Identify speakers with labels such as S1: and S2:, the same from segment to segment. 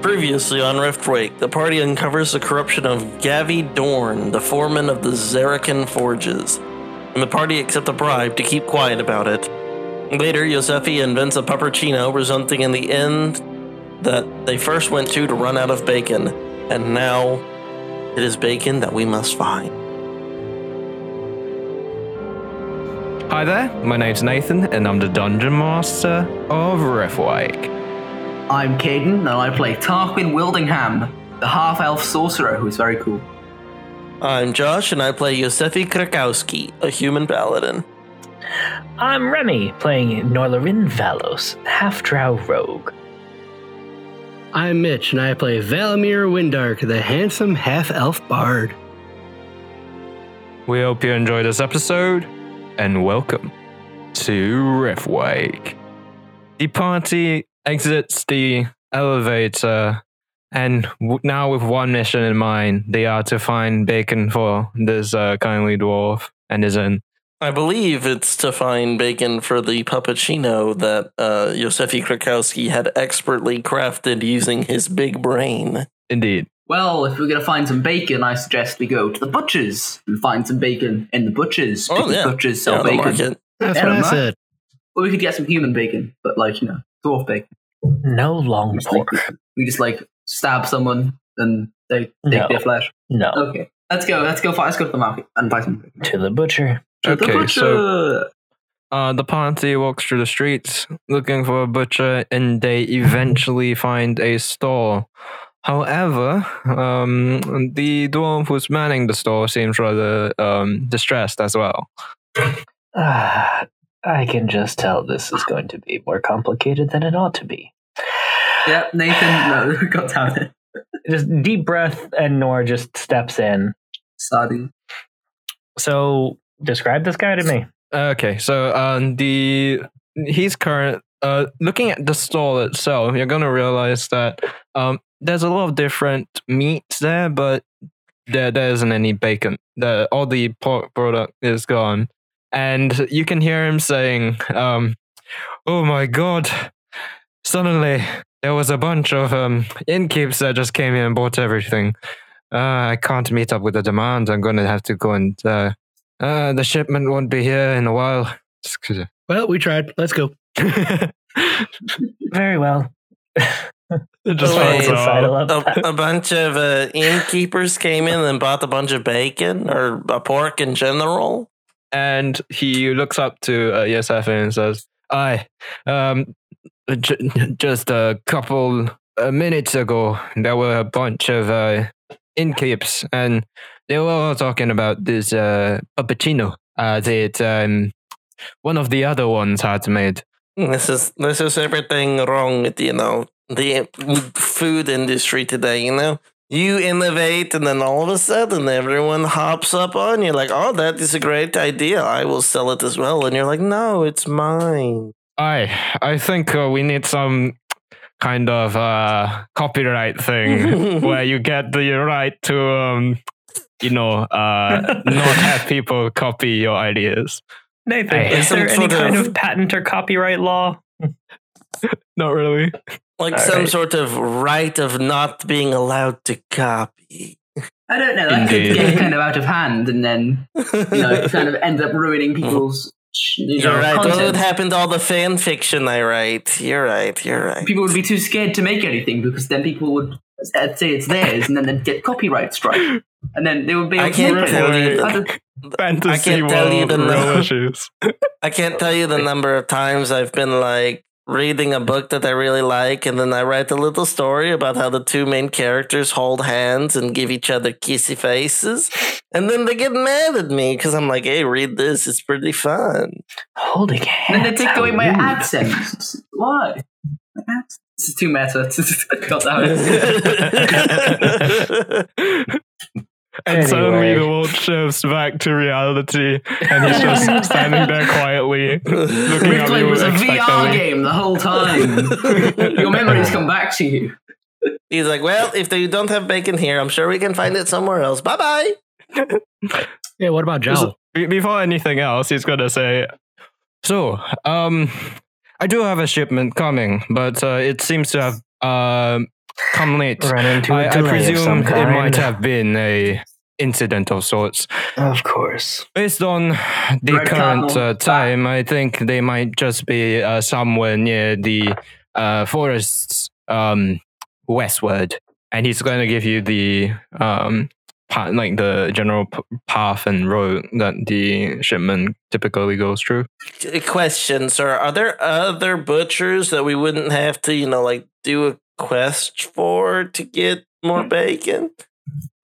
S1: Previously on Riftwake, the party uncovers the corruption of Gavi Dorn, the foreman of the Zerikan Forges, and the party accept a bribe to keep quiet about it. Later, Yosefi invents a puppuccino, resulting in the end that they first went to to run out of bacon, and now it is bacon that we must find.
S2: Hi there, my name's Nathan, and I'm the Dungeon Master of Refwake.
S3: I'm Caden, and I play Tarquin Wildingham, the half elf sorcerer who is very cool.
S1: I'm Josh, and I play Yosefi Krakowski, a human paladin.
S4: I'm Remy, playing Norlarin Valos, half drow rogue.
S5: I'm Mitch, and I play Valamir Windark, the handsome half elf bard.
S2: We hope you enjoy this episode, and welcome to Refwake. The party exits the elevator, and w- now with one mission in mind, they are to find bacon for this uh, kindly dwarf and his inn.
S1: I believe it's to find bacon for the puppuccino that uh, Yosefi Krakowski had expertly crafted using his big brain.
S2: Indeed.
S3: Well, if we're going to find some bacon, I suggest we go to the butcher's and find some bacon in the butcher's.
S1: Oh,
S3: because
S1: yeah.
S3: butchers sell
S1: Out of the
S3: bacon.
S1: market.
S5: That's
S3: Yeah,
S5: what I
S3: Matt.
S5: said.
S3: Or we could get some human bacon, but like, you know, dwarf bacon.
S4: No long
S3: We just, like,
S4: pork.
S3: we just like stab someone and they take
S4: No.
S3: their flesh.
S4: No.
S3: Okay. Let's go, let's go, fi- let's go to the market and buy some bacon.
S4: To the butcher.
S3: To the
S2: Okay, so-
S3: butcher!
S2: Uh, the party walks through the streets looking for a butcher, and they eventually find a store. However, um, the dwarf who's manning the store seems rather um, distressed as well.
S4: Ah, I can just tell this is going to be more complicated than it ought to be.
S3: Yep, Nathan, no, god damn it.
S4: Just deep breath, and Nora just steps in.
S3: Sadi.
S4: So, describe this guy to me.
S2: Okay, so um, the he's current. Uh, looking at the stall itself, you're gonna realize that um, there's a lot of different meats there, but there there isn't any bacon. The all the pork product is gone, and you can hear him saying, um, "Oh my god!" Suddenly, there was a bunch of um, innkeepers that just came in and bought everything. Uh, I can't meet up with the demand. I'm gonna have to go and uh, uh, the shipment won't be here in a while. Excuse
S5: Well, we tried. Let's go.
S2: it
S4: Very well.
S5: Oh,
S1: just
S4: Sounds
S1: finds out.
S4: suicidal of
S1: A,
S4: that.
S1: a bunch of uh, innkeepers came in and bought a bunch of bacon or a pork in general.
S2: and he looks up to uh, Yosef and says, "I, um, j- just a couple uh, minutes ago, there were a bunch of uh, innkeepers, and they were all talking about this uh, puppuccino uh, that um, one of the other ones had made.
S1: This is this is everything wrong with you know the food industry today. You know, you innovate, and then all of a sudden, everyone hops up on you like, "Oh, that is a great idea! I will sell it as well." And you're like, "No, it's mine."
S2: I, I think uh, we need some." Kind of uh, copyright thing
S4: Mm-hmm.
S2: where you get the right to um you know uh not have people copy your ideas
S4: Nathan,
S2: Hey.
S1: is there any kind of
S4: patent or copyright law?
S2: not really
S1: like
S4: All
S1: some
S4: right.
S1: sort of right of not being allowed to copy.
S3: I don't know. That could
S2: Indeed.
S3: get kind of out of hand, and then you know, it kind of ends up ruining people's. You know,
S1: You're right. What would
S3: content.
S1: happen to all the fan fiction I write? You're right. You're right.
S3: People would be too scared to make anything because then people would uh, say it's theirs, and then they'd get copyright strike, and then they would be.
S1: I
S3: able to
S1: can't
S3: make it.
S1: tell you.
S3: I don't-
S2: fantasy
S1: can't tell you
S2: world
S1: the
S2: real
S1: number.
S2: issues
S1: I can't tell you the number of times I've been like reading a book that I really like, and then I write a little story about how the two main characters hold hands and give each other kissy faces, and then they get mad at me because I'm like, "Hey, read this. It's pretty fun."
S4: Holding
S3: Then
S4: hands.
S3: they take away
S4: how
S3: my
S4: rude.
S3: AdSense. Why? My ads- This is too meta. God damn it.
S2: and suddenly
S4: Anyway.
S2: the world shifts back to reality and he's just standing there quietly Looking up,
S3: Riftway
S2: you
S3: was a
S2: expect
S3: VR
S2: only-
S3: game the whole time. Your memories come back to you.
S1: He's like, "Well, if they don't have bacon here, I'm sure we can find it somewhere else. Bye bye."
S5: Yeah, what about Jowl?
S2: Be- before anything else he's gonna say so um i do have a shipment coming but uh, it seems to have um come late.
S4: Run into a
S2: I, I
S4: delay of
S2: presume
S4: some
S2: it
S4: kind.
S2: might have been a incident of sorts.
S4: Of course.
S2: Based on the
S3: Red
S2: current
S3: Cardinal.
S2: uh, time, I think they might just be uh, somewhere near the uh, forests um, westward, and he's going to give you the um, pa like the general p- path and road that the shipment typically goes through.
S1: Qu- Question, sir. Are there other butchers that we wouldn't have to, you know, like do a quest for to get
S2: Hmm.
S1: more bacon?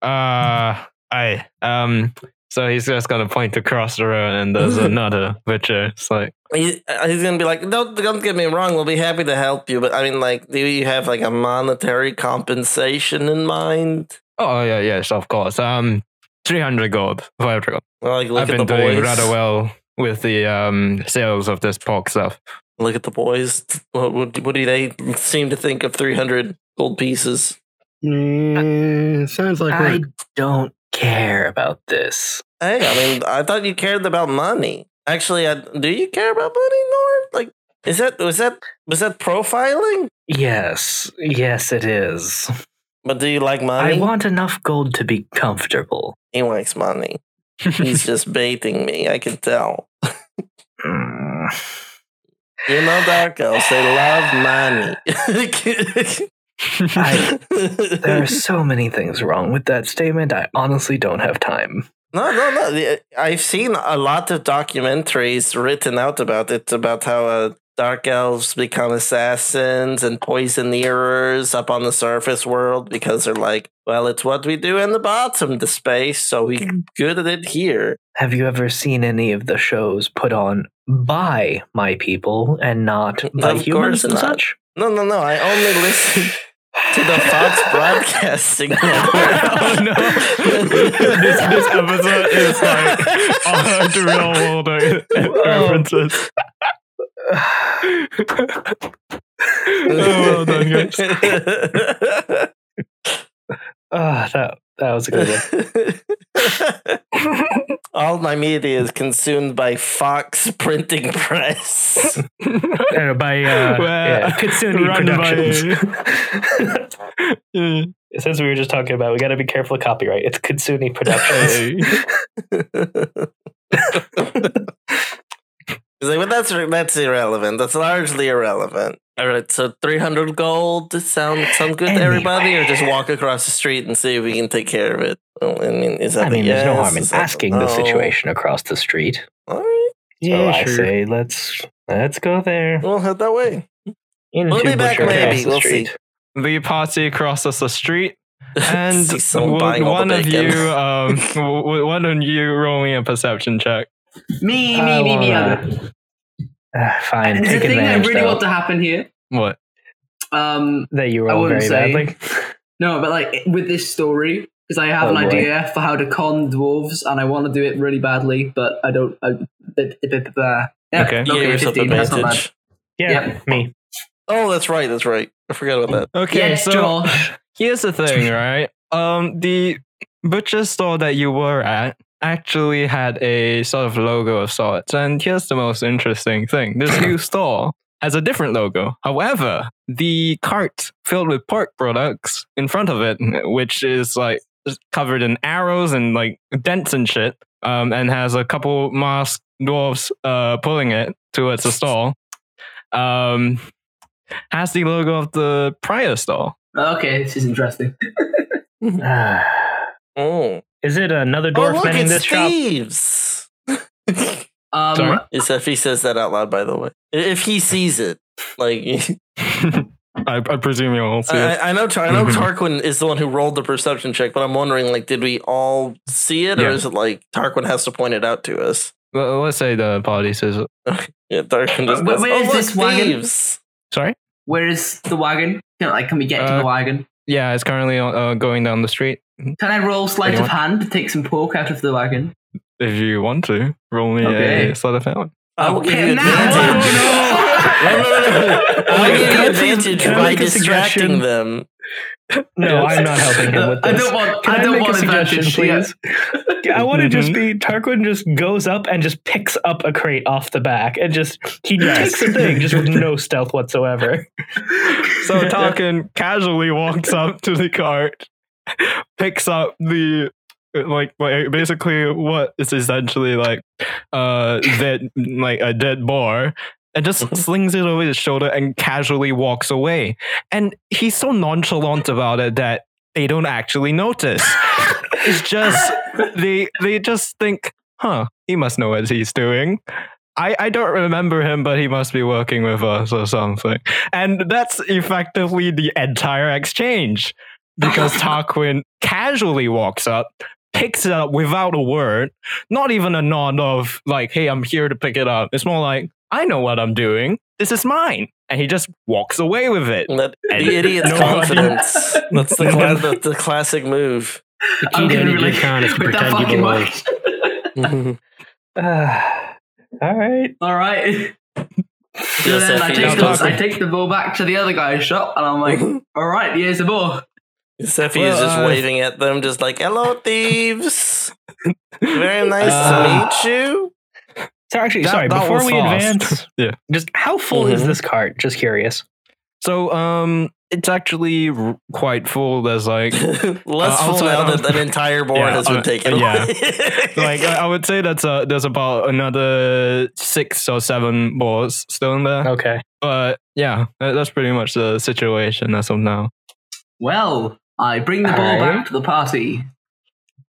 S2: Uh, I um. So he's just gonna point across the road, and there's another butcher. It's like.
S1: He, uh, he's gonna be like, don't don't get me wrong. We'll be happy to help you, but I mean, like, do you have like a monetary compensation in mind?
S2: Oh yeah, yes, of course. Um, three hundred gold, five hundred gold.
S1: Well, like, look
S2: I've
S1: at
S2: been
S1: the
S2: doing
S1: boys.
S2: rather well with the um sales of this pork stuff.
S1: Look at the boys. What, what, what do they seem to think of three hundred gold pieces?
S5: Eh, sounds like
S4: I
S5: we're
S4: don't care about this.
S1: Hey, I mean, I thought you cared about money. Actually, I, do you care about money, Nord? Like, is that was that was that profiling?
S4: Yes, yes, it is.
S1: But do you like money?
S4: I want enough gold to be comfortable.
S1: he likes money. He's just baiting me. I can tell.
S4: Mm.
S1: You know, Darkos, they love money.
S4: There are so many things wrong with that statement. I honestly don't have time.
S1: No, no, no. The- I've seen a lot of documentaries written out about it, about how uh, dark elves become assassins and poisoners up on the surface world because they're like, well, it's what we do in the bottom of the space, so we
S2: Mm.
S1: good at it here.
S4: Have you ever seen any of the shows put on by my people and not by
S1: Of course
S4: humans and
S1: not.
S4: such?
S1: No, no, no. I only listen to the Fox Broadcasting Network.
S2: oh no! this, this episode is like all the real world uh, references. Oh, well done, guys.
S4: Ah, that that was a good one.
S1: All my media is consumed by Fox Printing Press.
S4: Uh, by uh,
S2: Well,
S4: yeah, Kitsune
S2: run by-
S4: Productions. Since we were just talking about, it, we got to be careful of copyright. It's Kitsune Productions.
S2: Hey.
S1: He's like, well, that's that's irrelevant. That's largely irrelevant. All right, so three hundred gold sound sound good to everybody, or just
S4: Anyway.
S1: walk across the street and see if we can take care of it. Well, I mean, is that
S4: I
S1: a
S4: mean, there's no
S1: yes?
S4: harm in
S1: Is that a
S4: asking the
S1: no?
S4: situation across the street.
S1: All right,
S5: yeah,
S4: so
S5: sure.
S4: I say let's let's go there.
S1: we'll head that way.
S4: Into
S1: We'll be back
S4: Butcher
S1: maybe.
S4: across the
S1: We'll see.
S4: street.
S2: the party crosses the street. And
S1: See someone
S2: would
S1: buying all the
S2: one of
S1: bacon.
S2: you, um, w- would one of you roll me a perception check.
S3: Me,
S4: I
S3: me, me,
S1: Oh,
S4: wanna
S3: me. Adam.
S4: Ah, fine,
S3: Is the
S4: take
S3: thing I
S4: advantage
S3: really
S4: though,
S3: want to happen here?
S2: What?
S3: Um,
S4: that you
S3: I
S4: roll
S3: wouldn't
S4: very
S3: say.
S4: badly.
S3: No, but like with this story, because I have
S4: Oh,
S3: an
S4: boy.
S3: idea for how to con dwarves, and I want to do it really badly, but I don't. I, but- but- but- uh, yeah,
S2: Okay.
S1: You
S3: okay,
S1: gave yourself
S3: 15, that's not bad.
S1: advantage.
S4: Yeah,
S3: Yeah.
S4: me.
S1: Oh, that's right. That's right. I forgot about that.
S2: Okay,
S3: yes,
S2: so
S3: Josh.
S2: here's the thing, right? Um, the butcher store that you were at actually had a sort of logo of sorts, and here's the most interesting thing: this new store has a different logo. However, the cart filled with pork products in front of it, which is like covered in arrows and like dents and shit, um, and has a couple masked dwarves uh, pulling it towards the store. Um, has the logo of the prior store.
S3: Okay, this is interesting.
S4: Ah.
S1: Oh,
S4: Is it another
S1: oh
S4: dwarf
S1: look,
S4: man in this
S1: it's
S4: shop?
S1: thieves.
S3: Um,
S2: Sorry?
S1: Is if he says that out loud, by the way, I- if he sees it, like
S2: I, I presume you all see
S1: I,
S2: it.
S1: I- I know, Tar- I know,
S2: Mhm.
S1: Tarquin is the one who rolled the perception check, but I'm wondering, like, did we all see it,
S2: Yeah.
S1: or is it like Tarquin has to point it out to us?
S2: Well, let's say the party says,
S1: Yeah, Tarquin just
S3: Where-
S1: goes,
S3: where
S1: "Oh,
S3: is
S1: look,
S3: this wagon?"
S1: thieves."
S2: sorry?
S3: where is the wagon? Can, like, can we get to
S2: Uh,
S3: the wagon?
S2: Yeah, it's currently uh, going down the street.
S3: Can I roll sleight of
S2: anyone?
S3: hand to take some pork out of the wagon?
S2: If you want to, roll me
S3: Okay.
S2: a sleight of hand.
S1: I will give
S3: Okay,
S1: you
S3: now-
S1: advantage. No, no, no, no. I will
S4: Can I
S1: give you
S4: please-
S1: advantage
S4: can I
S1: by
S4: make a
S1: distracting
S4: suggestion?
S1: them.
S4: No, I'm not helping him with
S3: I
S4: this.
S3: don't want.
S4: Can
S3: Uh, I
S4: I
S3: don't
S4: make a
S3: want
S4: suggestion,
S3: advantage,
S4: please?
S6: I want to just
S2: Mhm.
S6: be Tarquin just goes up and just picks up a crate off the back and just he
S2: Yes.
S6: takes the thing just with no stealth whatsoever.
S2: So Tarkin casually walks up to the cart, picks up the like like basically what is essentially like uh dead like a dead bar and just slings it over his shoulder and casually walks away. And he's so nonchalant about it that they don't actually notice. it's just they they just think, huh, he must know what he's doing. I, I don't remember him, but he must be working with us or something. And that's effectively the entire exchange because Tarquin casually walks up, picks it up without a word, not even a nod of, like, hey, I'm here to pick it up. It's more like, I know what I'm doing. This is mine. And he just walks away with it.
S1: That,
S2: And
S1: the idiot's
S2: no
S1: confidence. That's the, cla- the, the classic move.
S5: The key to any good con is to
S3: with
S5: pretend
S3: that
S5: you
S3: fucking
S5: belong.
S3: much.
S1: yes,
S4: all right.
S3: All right. So then I
S1: Effie,
S3: take,
S2: now
S3: the, I
S2: Tarquin.
S3: take the ball back to the other guy's shop, and I'm like, "All right, here's the ball."
S1: Seffi is
S2: Well,
S1: just
S2: uh,
S1: waving at them, just like, hello, thieves. Very nice
S2: Uh,
S1: to meet you.
S6: So actually,
S2: That-
S6: sorry,
S2: that
S6: before
S2: was
S6: we
S2: fast.
S6: advance,
S2: Yeah.
S6: just how full is
S1: Mhm.
S6: this cart? Just curious.
S2: So um, it's actually r- quite full. There's like
S1: Less
S2: Uh,
S1: full
S2: also, I
S1: now
S2: don't-
S1: that an entire board
S2: Yeah,
S1: has
S2: uh,
S1: been taken.
S2: yeah.
S1: away.
S2: like I I would say that's uh there's about another six or seven balls still in there.
S6: Okay.
S2: But yeah, that- that's pretty much the situation as of now.
S3: Well, I bring the
S4: All
S3: ball
S4: right.
S3: back to the party.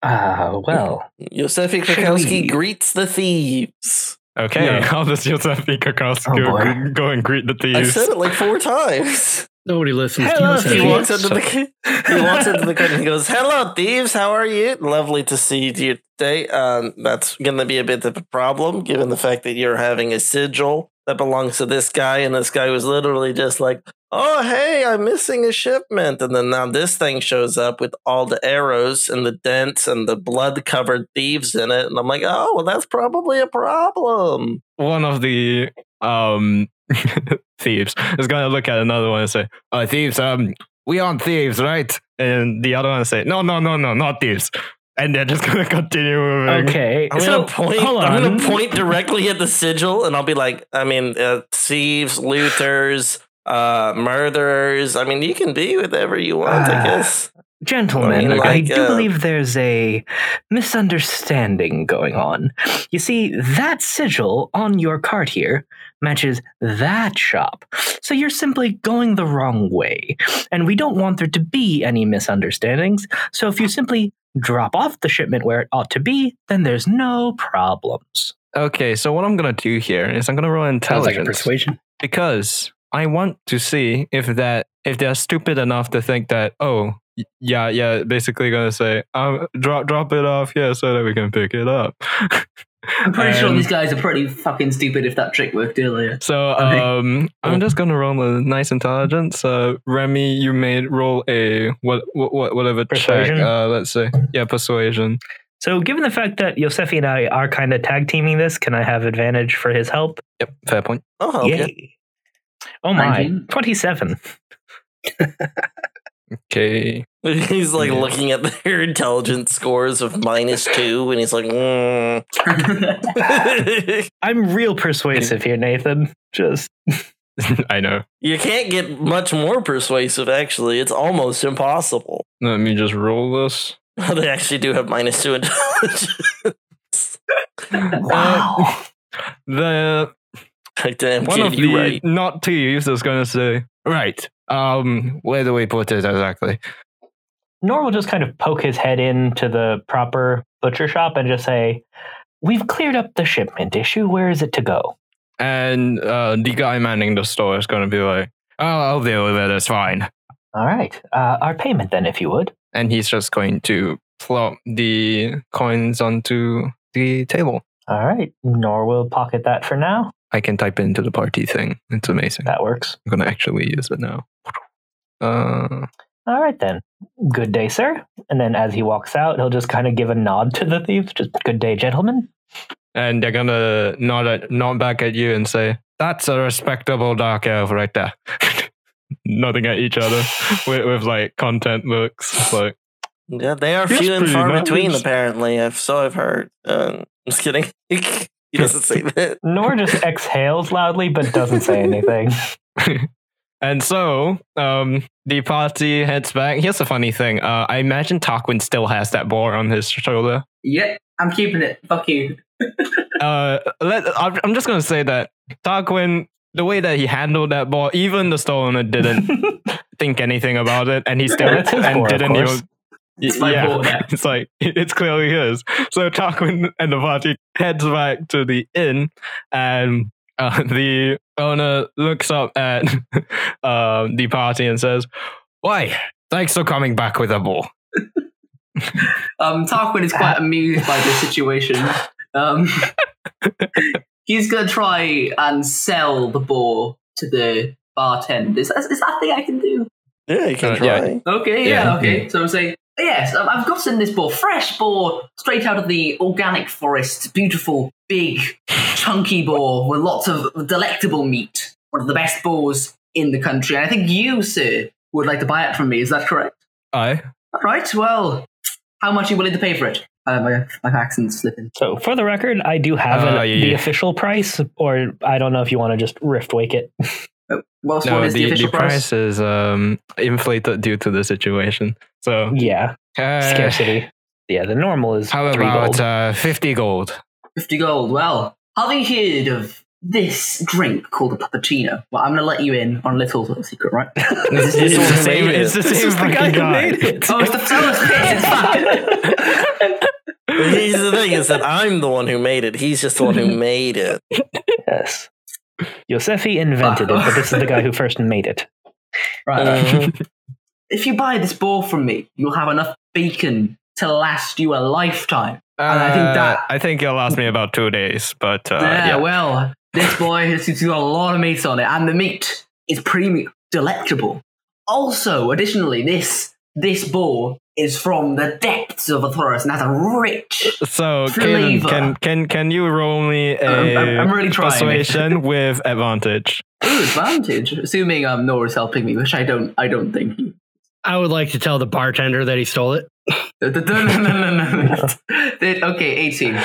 S4: Ah, well.
S1: Yosefi Krakowski greets the thieves.
S2: Okay,
S6: Yeah.
S2: how does Yosefi Krakowski
S4: Oh,
S2: go,
S4: boy.
S2: go and greet the
S1: I
S2: thieves?
S1: said it like four times.
S5: Nobody listens
S6: Hello,
S5: to
S1: He
S5: you.
S6: Sophie.
S5: Sophie.
S1: walks into the he walks into the garden. He goes, "Hello, thieves. How are you? Lovely to see you today. Um, that's going to be a bit of a problem, given the fact that you're having a sigil that belongs to this guy, and this guy was literally just like, "Oh, hey, I'm missing a shipment," and then now this thing shows up with all the arrows and the dents and the blood-covered thieves in it, and I'm like, "Oh, well, that's probably a problem."
S2: One of the um thieves is going to look at another one and say, "Oh, thieves, um, we aren't thieves, right?" And the other one say, "No, no, no, no, not thieves." And they're just going to continue moving.
S6: Okay.
S1: I'm
S6: so
S1: gonna point.
S6: hold
S1: I'm
S6: on.
S1: gonna point directly at the sigil, and I'll be like, I mean, uh, thieves, looters, uh, murderers. I mean, you can be whatever you want, I
S4: Ah.
S1: guess.
S4: Gentlemen,
S1: I mean,
S4: I
S1: like,
S4: do
S1: uh,
S4: believe there's a misunderstanding going on. You see, that sigil on your cart here matches that shop. So you're simply going the wrong way. And we don't want there to be any misunderstandings. So if you simply drop off the shipment where it ought to be, then there's no problems.
S2: Okay, so what I'm gonna do here is I'm gonna roll
S5: Sounds
S2: intelligence
S5: like a persuasion.
S2: because I want to see if that if they're stupid enough to think that oh y- yeah yeah basically gonna say um drop drop it off here so that we can pick it up.
S3: I'm pretty sure
S2: Um,
S3: these guys are pretty fucking stupid if that trick worked earlier.
S2: So
S3: Okay.
S2: um, I'm
S1: Cool.
S2: just gonna roll a nice intelligence. Uh, Remy, you may roll a what what, what whatever
S4: Persuasion?
S2: check. Uh, let's say yeah, persuasion.
S4: So given the fact that Yosefi and I are kind of tag teaming this, can I have advantage for his help?
S2: Yep, fair point.
S1: Oh, okay.
S4: Yay. Oh my,
S3: Nineteen.
S4: 27.
S2: Okay.
S1: He's like
S2: Yeah.
S1: looking at their intelligence scores of minus two, and he's like, mm.
S4: I'm real persuasive here, Nathan. Just
S2: I know.
S1: you can't get much more persuasive. Actually, it's almost impossible.
S2: Let me just roll this.
S1: They actually do have minus two intelligence.
S2: Wow. The
S1: Like, damn,
S2: one
S1: kid,
S2: of
S1: you
S2: the
S1: right.
S2: not thieves is gonna say, right. Um, where do we put it exactly?
S4: Nor will just kind of poke his head into the proper butcher shop and just say, "We've cleared up the shipment issue. Where is it to go?"
S2: And uh, the guy manning the store is gonna be like, oh, I'll deal with it. It's fine.
S4: All right, uh, our payment then, if you would.
S2: And he's just going to plop the coins onto the table.
S4: All right, Nor will pocket that for now.
S2: I can type into the party thing. It's amazing.
S4: That works.
S2: I'm gonna actually use it now. Uh,
S4: All right then. Good day, sir. And then as he walks out, he'll just kind of give a nod to the thieves. Just good day, gentlemen.
S2: and they're gonna nod at, nod back at you and say, "That's a respectable dark elf right there." Nodding at each other with, with like content looks, like
S1: Yeah, they are
S6: Yes,
S1: few and
S6: pretty
S1: far
S6: much.
S1: between, apparently. If so, I've heard. Um, just kidding. he doesn't say that.
S6: Nor just exhales loudly but doesn't say anything.
S2: And so, um, the party heads back. Here's the funny thing. Uh, I imagine Tarquin still has that boar on his shoulder.
S3: Yep, I'm keeping it. Fuck you.
S2: Uh, let, I'm I'm just gonna say that Tarquin, the way that he handled that boar, even the store owner didn't think anything about it, and he still
S6: That's his
S2: and
S6: boar, of
S2: didn't
S6: course.
S2: even.
S3: It's my
S2: yeah,
S3: boar now.
S2: it's like it's clearly his. So Tarquin and the party heads back to the inn, and uh, the owner looks up at uh, the party and says, "Why? Thanks for coming back with a ball."
S3: Um, Tarquin is quite amused by this situation. Um, he's going to try and sell the boar to the bartender. Is, is that a thing I can do?
S1: Yeah, you can
S2: Uh, yeah.
S1: try.
S3: Okay, yeah,
S2: Yeah.
S3: okay. So I'm saying, yes, I've- I've gotten this boar, fresh boar, straight out of the organic forest. Beautiful, big, chunky boar with lots of delectable meat. One of the best boars in the country. And I think you, sir, would like to buy it from me. Is that correct?
S2: I
S3: All right, well, how much are you willing to pay for it? Uh, my, my accent's slipping.
S6: So for the record, I do have an-
S2: Ah, yeah,
S6: the
S2: yeah.
S6: official price, or I don't know if you want to just rift wake it.
S3: Uh, Whilst what is the, official price?
S2: is um, inflated due to the situation. So
S6: Yeah,
S2: uh,
S6: scarcity.
S4: Yeah, the normal is
S2: How
S4: three
S2: about
S4: gold.
S2: uh, fifty gold?
S3: 50 gold. Well, have you heard of this drink called a puppuccino? Well, I'm going to let you in on a little sort of secret, right? This
S1: It's
S2: It's
S3: is-
S1: all
S2: the
S1: the
S2: same.
S1: same.
S2: It's the
S6: This
S2: same
S6: is the
S2: freaking
S6: guy who
S2: guy.
S6: made it.
S3: oh, it's the Thomas Pits, it's fine.
S1: Here's the thing is that I'm the one who made it. He's just the one who made it.
S4: Yes.
S6: Yosefi invented it, but this is the guy who first made it.
S2: Uh-huh.
S3: Right, right.
S1: Uh,
S3: If you buy this ball from me, you'll have enough bacon to last you a lifetime. And I think that-
S2: Uh, I think it'll last me about two days, but uh,
S3: yeah,
S2: yeah,
S3: well, this boy has it's got a lot of meat on it, and the meat is premium, delectable. Also, additionally, this this boar is from the depths of a forest and has a rich.
S2: So, Kaden,
S3: Flavor.
S2: can can can you roll me a
S3: I'm, I'm- I'm really trying.
S2: Uh, persuasion with advantage?
S3: Ooh, advantage. Assuming um, Nora's helping me, which I don't. I don't think.
S5: I would like to tell the bartender that he stole it.
S3: No, no, no, no, no. okay, eighteen.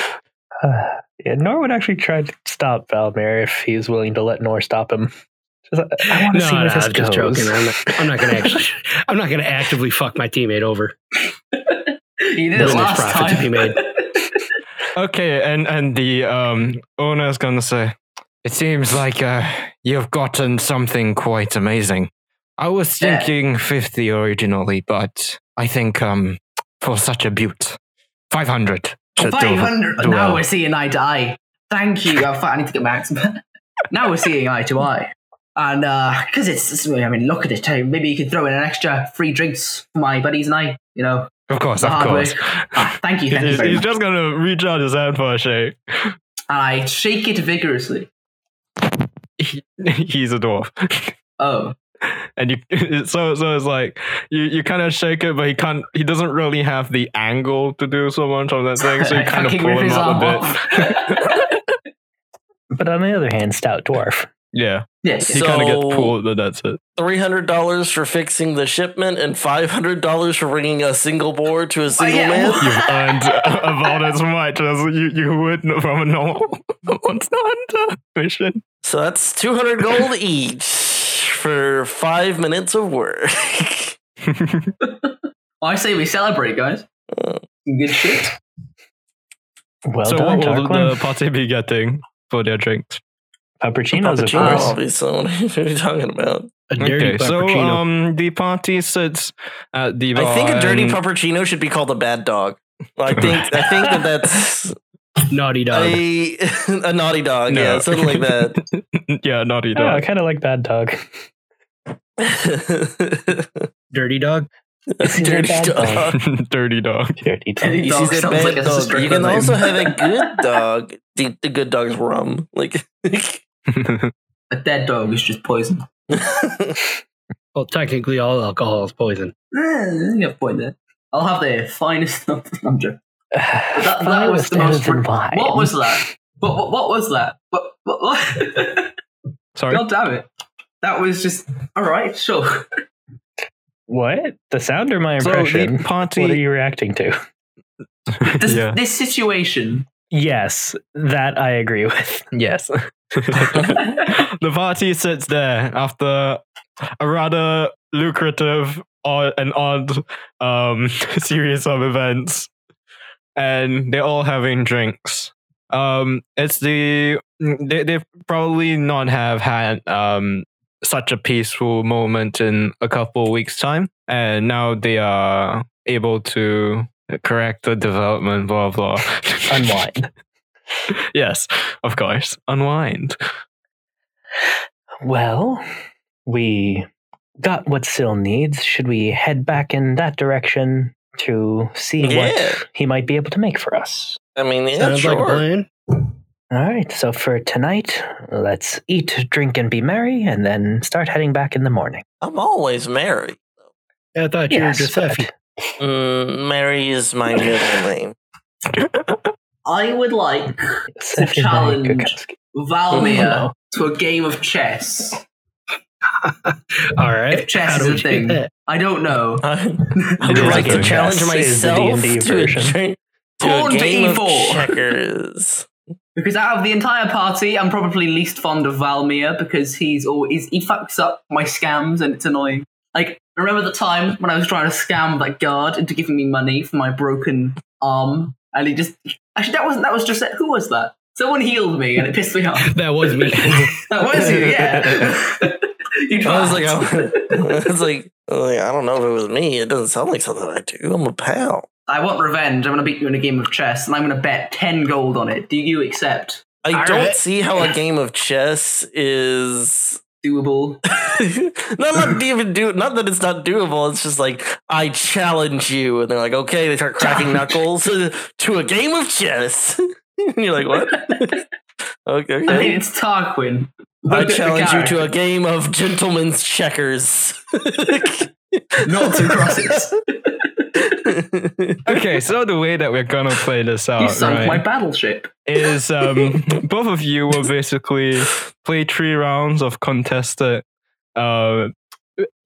S6: yeah, Nor would actually try to stop Valmir if he's willing to let Nor stop him. Just, I, want to
S5: No,
S6: see
S5: no,
S6: where this
S5: I'm just
S6: goes.
S5: joking. I'm not, I'm not gonna actually. I'm not gonna actively fuck my teammate over.
S3: You did it
S5: Business
S3: last
S5: profit
S3: time.
S5: to be made.
S2: Okay, and and the um owner's gonna say, it seems like uh, you've gotten something quite amazing. I was
S3: Yeah.
S2: thinking fifty originally, but I think um for such a butte, five hundred.
S3: Five hundred.
S2: do
S3: Now
S2: well.
S3: we're seeing eye to eye. Thank you. Oh, fuck, I need to get my axe. now we're seeing eye to eye. And because it's, it's- I mean, look at it. Hey, Maybe you could throw in an extra free drinks for my buddies and I. You know,
S2: Of course,
S3: the
S2: of
S3: hard
S2: course.
S3: work. Ah, thank you, thank you
S2: He's,
S3: very
S2: he's
S3: much.
S2: just gonna reach out his hand for a shake.
S3: And I shake it vigorously.
S2: He's a dwarf,
S3: Oh,
S2: and you so so it's like you, you kind of shake it, but he can't. He doesn't really have the angle to do so much on that thing, so you
S3: I
S2: kind of
S3: fucking
S2: pull
S3: rip
S2: him
S3: his
S2: up
S3: arm
S2: a bit.
S3: off.
S6: But on the other hand, stout dwarf.
S2: Yeah,
S3: yes.
S2: he kind of gets
S1: So-
S2: pulled, but that's it.
S1: three hundred dollars for fixing the shipment and five hundred dollars for bringing a single board to a single
S3: yeah.
S1: man.
S2: You've earned about as much as you, you would from a normal monster hunter mission.
S1: So that's two hundred gold each for five minutes of work.
S3: I say we celebrate, guys. Some good shit.
S6: Well
S2: so,
S6: done,
S2: what will
S6: Tarquin.
S2: the party be getting for their drinks?
S6: Puppuccinos, of
S1: Puppuccinos,
S6: course.
S1: obviously, What are you talking about?
S5: A dirty
S2: so
S5: puppuccino.
S2: um, the party sits at the bar.
S1: I think a dirty
S2: and-
S1: puppuccino should be called a bad dog. I think I think that that's
S5: Naughty dog.
S1: a, a naughty dog.
S2: No.
S1: Yeah, something like that.
S2: yeah, naughty
S6: Oh, I
S2: dog.
S6: kind of like Bad Dog.
S5: dirty dog.
S1: A dirty
S6: Bad dog.
S1: dog.
S2: dirty dog.
S6: Dirty dog.
S3: Dirty
S1: You
S3: dog
S1: see that
S3: sounds
S1: bad
S3: like a
S1: dog.
S3: Strickland
S1: You can
S3: name.
S1: also have a good dog. The, the good dog's rum. Like
S3: A dead dog is just poison.
S5: Well, technically, all alcohol is poison.
S3: Eh, you have a point there. I'll have the finest. I'm joking. that
S6: that,
S3: was the most br-
S6: Wine.
S3: What was that? What, what, what was that? What, what, what?
S2: Sorry.
S3: God damn it. That was just, all right, sure.
S6: What? The sound or my
S2: So
S6: impression?
S2: the party.
S6: what are you reacting to?
S3: This,
S2: yeah.
S3: this situation.
S6: Yes, that I agree with.
S2: Yes. the party sits there after a rather lucrative or an odd um, series of events, and they're all having drinks. Um, it's the they they probably not have had um such a peaceful moment in a couple of weeks time, and now they are able to correct the development. Blah blah.
S6: Unwind.
S2: yes, of course. Unwind.
S6: well,
S4: We got what Syl needs. Should we head back in that direction to see
S1: Yeah.
S4: what
S6: he might be able to make for us.
S1: I mean, yeah,
S5: Sounds
S1: sure.
S5: like a plan.
S4: All right, so for tonight, let's eat, drink, and be merry, and then start heading back in the morning.
S1: I'm always Mary.
S5: I thought you were just
S4: but-
S1: Mm, Mary is my middle name.
S3: I would like
S4: Such a
S3: challenge.
S4: Kukowski.
S3: Valmir to a game of chess.
S5: All right.
S3: If chess
S5: How
S3: is
S5: do we
S3: a
S5: do
S3: thing.
S5: that?
S3: I don't know.
S1: I
S2: It
S1: would
S2: is
S1: like
S2: a
S1: to
S2: game.
S1: challenge
S6: Yes, is the
S1: myself
S6: D&D
S1: to a,
S6: version.
S1: drink, to a
S3: Pawn to
S1: game of
S3: E4.
S1: checkers.
S3: Because out of the entire party, I'm probably least fond of Valmir because he's always he fucks up my scams and it's annoying. Like remember the time when I was trying to scam that guard into giving me money for my broken arm, and he just actually that wasn't that was just who was that? Someone healed me and it pissed me off.
S5: That was me. Oh,
S3: That was you, yeah. you
S1: I was like, oh.
S3: twat.
S1: I was like, I was like, I don't know if it was me. It doesn't sound like something I do. I'm a pal.
S3: I want revenge. I'm going to beat you in a game of chess, and I'm going to bet 10 gold on it. Do you accept?
S1: I
S5: All
S1: don't
S5: right.
S1: see how a game of chess is
S3: Doable.
S1: not not even do not that it's not doable. It's just like I challenge you, and they're like, okay, they start cracking knuckles uh, to a game of chess. and you're like, what? okay,
S3: I mean,
S1: okay.
S3: it's Tarquin.
S1: I
S3: Look at the
S1: challenge you to
S3: character.
S1: a game of gentlemen's checkers.
S3: Not two crosses.
S2: okay, so the way that we're gonna play this
S3: you
S2: out,
S3: sunk
S2: right,
S3: my battleship.
S2: is um, both of you will basically play three rounds of contested. Uh,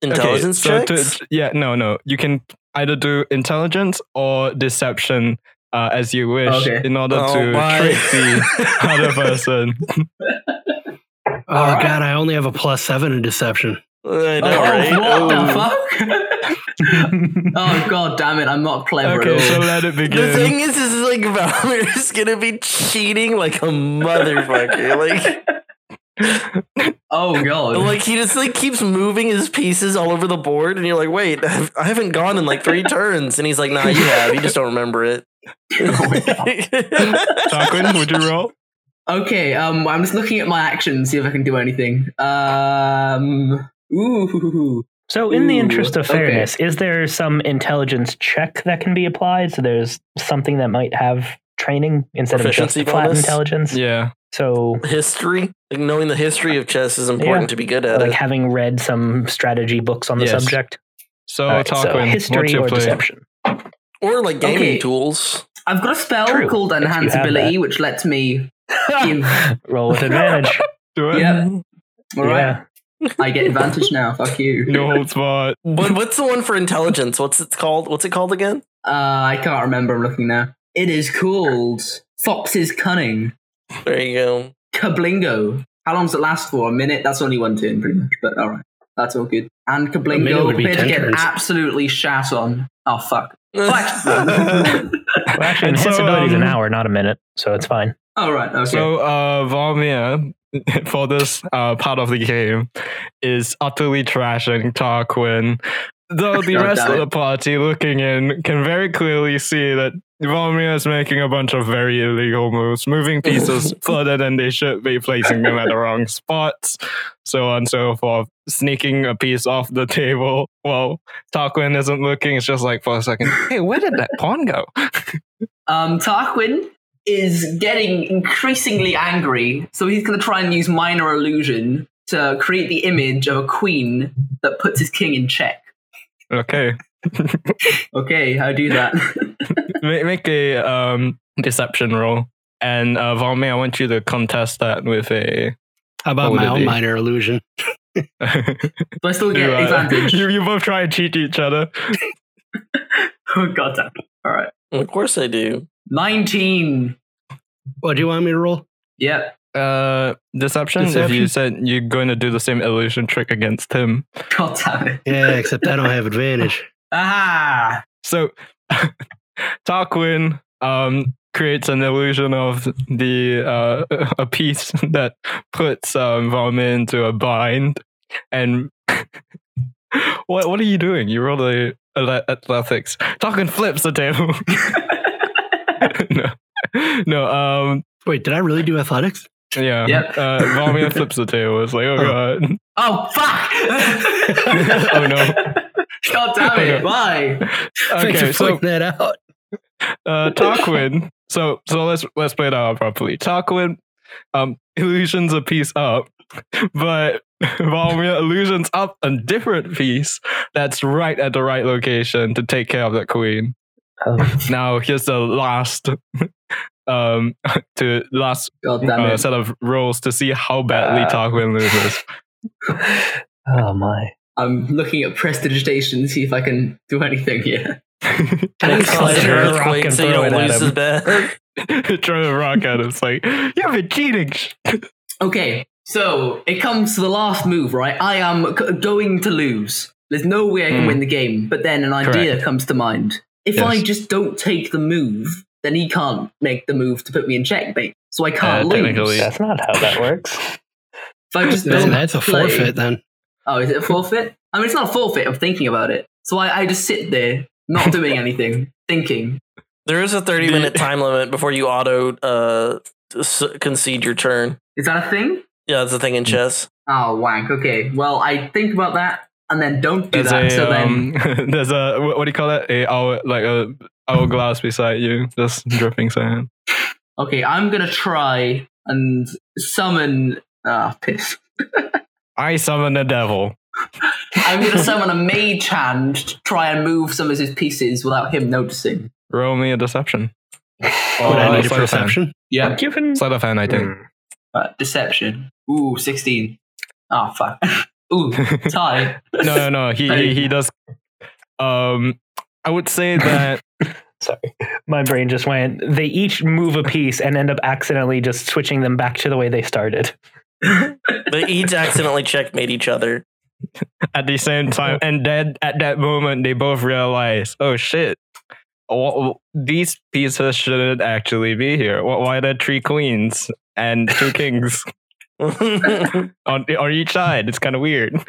S1: Intelligence
S2: okay, so
S1: checks.
S2: to- yeah, no, no. You can either do intelligence or deception uh, as you wish
S3: Okay.
S2: in order
S1: Oh,
S2: to
S1: my.
S2: trick the other person.
S5: Oh, God, I only have a plus seven in deception.
S1: I know,
S3: Oh,
S1: right?
S3: what
S1: Oh.
S3: the fuck? oh, god damn it. I'm not clever
S2: okay,
S3: at
S2: so
S3: all.
S2: let it
S1: The
S2: begin.
S1: thing is, is like Valor's gonna be cheating like a motherfucker. like,
S3: oh, god.
S1: like he just like keeps moving his pieces all over the board, and you're like, wait, I've- I haven't gone in like three turns, and he's like, nah, you have, you just don't remember it.
S2: Tarquin, would you roll?
S3: okay, um, I'm just looking at my actions, see if I can do anything. Um, ooh.
S4: So,
S6: In the
S3: Ooh,
S6: interest of
S3: okay.
S6: fairness, is there some intelligence check that can be applied? So there's something that might have training instead of just
S1: Proficiency
S6: flat
S1: bonus?
S6: intelligence.
S2: Yeah.
S6: So,
S1: history, like knowing the history of chess is important
S6: Yeah.
S1: to be good at
S6: like
S1: it.
S6: having read some strategy books on the
S2: Yes. Oh,
S6: subject.
S2: So
S6: All right, so
S2: Tarquin, what's
S6: history
S2: your
S6: or
S2: play?
S6: deception.
S1: or like gaming
S3: Okay.
S1: tools.
S3: I've got a spell
S6: True,
S3: called
S6: you have
S3: Enhance Ability, which lets me give
S6: Roll with advantage.
S2: Do it.
S3: Yeah. All right.
S6: yeah.
S3: I get advantage now. Fuck you.
S2: No holds barred.
S1: What, what's the one for intelligence? What's it called? What's it called again?
S3: Uh, I can't remember. I'm looking now. It is called Fox's Cunning.
S1: There you go.
S3: Kablingo. How long does it last for? A minute? That's only one turn, pretty much. But all right, that's all good. And
S5: minute
S3: Kablingo
S5: would be
S3: appeared to
S5: 10
S3: get
S5: turns.
S3: absolutely shat on. Oh fuck! Fuck!
S6: Well, actually,
S2: And so,
S6: enhanced ability is an
S2: um,
S6: hour, not a minute, so it's fine.
S3: all right. Okay.
S2: So uh Valmir for this uh part of the game is utterly trashing Tarquin. Though the
S3: God
S2: rest
S3: damn
S2: of
S3: it.
S2: the party looking in can very clearly see that Valmir is making a bunch of very illegal moves, moving pieces further than they should be, placing them at the wrong spots, so on and so forth, sneaking a piece off the table. Well, Tarquin isn't looking, it's just like for a second, hey, where did that pawn go?
S3: Um, Tarquin is getting increasingly angry, so he's going to try and use minor illusion to create the image of a queen that puts his king in check.
S2: Okay.
S3: Okay, how do that?
S2: make, make a um deception roll. And uh Valme, I want you to contest that with a
S5: How
S2: What
S5: about
S2: would
S5: my
S2: it
S5: own
S2: be?
S5: minor illusion?
S3: Do I still get
S2: you, uh,
S3: advantage?
S2: you, you both try and cheat each other.
S3: oh god damn. Alright.
S1: Of course I do.
S3: Nineteen.
S5: What do you want me to roll?
S3: Yep.
S2: Uh, deception, If you
S5: Deception?
S2: said you're going to do the same illusion trick against him,
S3: God damn it.
S5: Yeah, except I don't have advantage.
S3: Ah.
S2: so Tarquin um creates an illusion of the uh a piece that puts um Valmir into a bind, and what what are you doing? You roll the ale- athletics. Tarquin flips the table. no, no. Um,
S5: Wait, did I really do athletics?
S2: yeah.
S3: Yep.
S2: Uh, Valmir flips the table. It's like, oh god.
S3: Oh fuck!
S2: Oh, no.
S3: God damn
S2: Oh,
S3: it!
S2: no.
S3: Why?
S5: Thanks
S2: Okay,
S5: for
S2: so
S5: pointing that out.
S2: uh, Tarquin. so so let's let's play it out properly. Tarquin um, illusions a piece up, but Valmir illusions up a different piece that's right at the right location to take care of that queen.
S6: Oh.
S2: Now here's the last um to last
S3: God damn
S2: uh,
S3: it! Uh.
S2: set of rolls to see how badly
S6: Ah.
S2: Tarquin loses.
S6: Oh my.
S3: I'm looking at prestidigitation to see if I can do anything here.
S1: It's
S6: I'll
S1: like an
S6: throw a rock
S1: earthquake
S6: and
S1: so you
S6: throw
S1: don't
S6: it at
S1: lose as
S6: him.
S1: bad.
S2: Throw a rock at him. It's like you've been cheating.
S3: Okay, so it comes to the last move, right? I am c- going to lose. There's no way I can
S2: Hmm.
S3: win the game. But then an idea comes to mind. If I
S2: Yes.
S3: just don't take the move, then he can't make the move to put me in checkmate. So I can't
S2: Uh,
S3: lose.
S2: technically.
S3: If
S6: That's not how that works.
S3: I just
S5: That's,
S3: don't
S5: that's a
S3: play-
S5: forfeit then.
S3: Oh, is it a forfeit? I mean, it's not a forfeit. I'm thinking about it. So I, I just sit there, not doing anything, thinking.
S1: There is a 30
S2: The-
S1: minute time limit before you auto uh, s- concede your turn.
S3: Is that a thing?
S1: Yeah, that's the thing in
S6: Mm.
S1: chess.
S3: Oh, wank. Okay. Well, I think about that and then don't do
S2: There's
S3: that.
S2: a
S3: so then,
S2: um, there's a what, what do you call it? A hour like a hourglass beside you, just dripping sand.
S3: okay, I'm going to try and summon. Ah, piss.
S2: I summon the devil.
S3: I'm going to summon a mage hand to try and move some of his pieces without him noticing.
S2: Roll me a deception.
S3: Oh,
S2: uh,
S5: Would I need a
S2: sleight of hand.
S5: perception?
S3: Yeah.
S6: Given
S2: Sleight of hand, I think.
S6: Hmm.
S3: Uh, deception. Ooh, 16. Ah, fuck. Ooh, tie.
S2: no, no, no. He he, he does. Um, I would say that
S6: Sorry. My brain just went. They each move a piece and end up accidentally just switching them back to the way they started.
S1: They each accidentally checkmate each other.
S2: at the same time, and then at that moment, they both realize, oh shit. wh- wh- These pieces shouldn't actually be here. Wh- Why are there three queens and two kings
S1: Each
S2: on, on each side? It's kind of weird.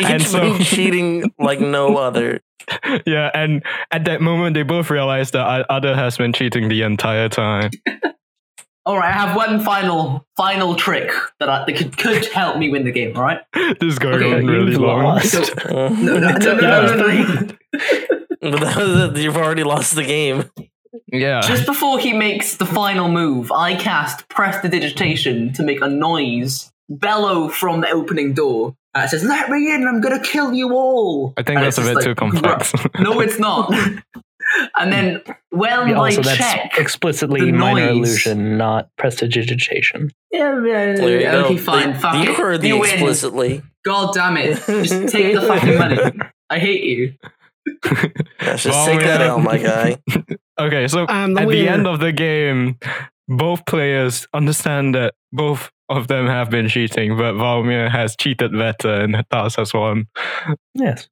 S2: And so-
S1: move cheating like no other.
S2: yeah, and at that moment, they both realize that o- other has been cheating the entire time.
S3: All right, I have one final, final trick that, I, that could, could help me win the game. All right.
S2: this is going
S3: Okay,
S2: on
S6: You've
S2: really long.
S6: lost.
S1: no,
S3: No, no, no, no, no, no.
S1: But that was it. You've already lost the game.
S2: Yeah.
S3: Just before he makes the final move, I cast Prestidigitation to make a noise, bellow from the opening door. And it says, Let me in, I'm gonna kill you all.
S2: I think
S3: And
S2: that's a
S3: it's
S2: bit
S3: just
S2: too
S3: like,
S2: complex.
S3: "Gru- No, it's not. and then, when
S6: Yeah,
S3: I
S6: also, that's
S3: check.
S6: explicitly
S3: the
S6: minor
S3: noise.
S6: illusion, not prestidigitation.
S3: yeah, yeah,
S1: There you
S3: yeah,
S1: go.
S3: okay, fine.
S1: They-
S3: fuck
S1: you
S3: it.
S1: heard the
S3: you win.
S1: explicitly.
S3: God damn it. Just take the fucking money. I hate you.
S1: Gosh, just
S2: Well,
S1: take that
S2: yeah.
S1: out, my guy.
S2: okay, so
S3: Ah,
S5: I'm Um, the
S2: at the
S5: winner.
S2: end of the game, both players understand that both of them have been cheating, but Valmir has cheated better and Thas has won.
S6: Yes.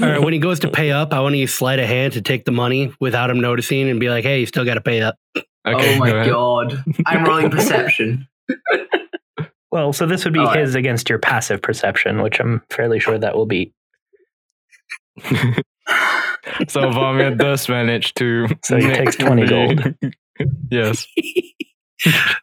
S5: right, when he goes to pay up, I want to use sleight of hand to take the money without him noticing and be like, hey, you still got to pay up.
S2: Okay,
S3: oh
S2: go
S3: my
S2: ahead.
S3: god. I'm rolling perception.
S6: Well, so this would be
S2: Oh,
S3: All right.
S6: his against your passive perception, which I'm fairly sure that will be.
S2: So Valmir does manage to.
S6: So he
S2: make
S6: takes 20
S2: the- yes.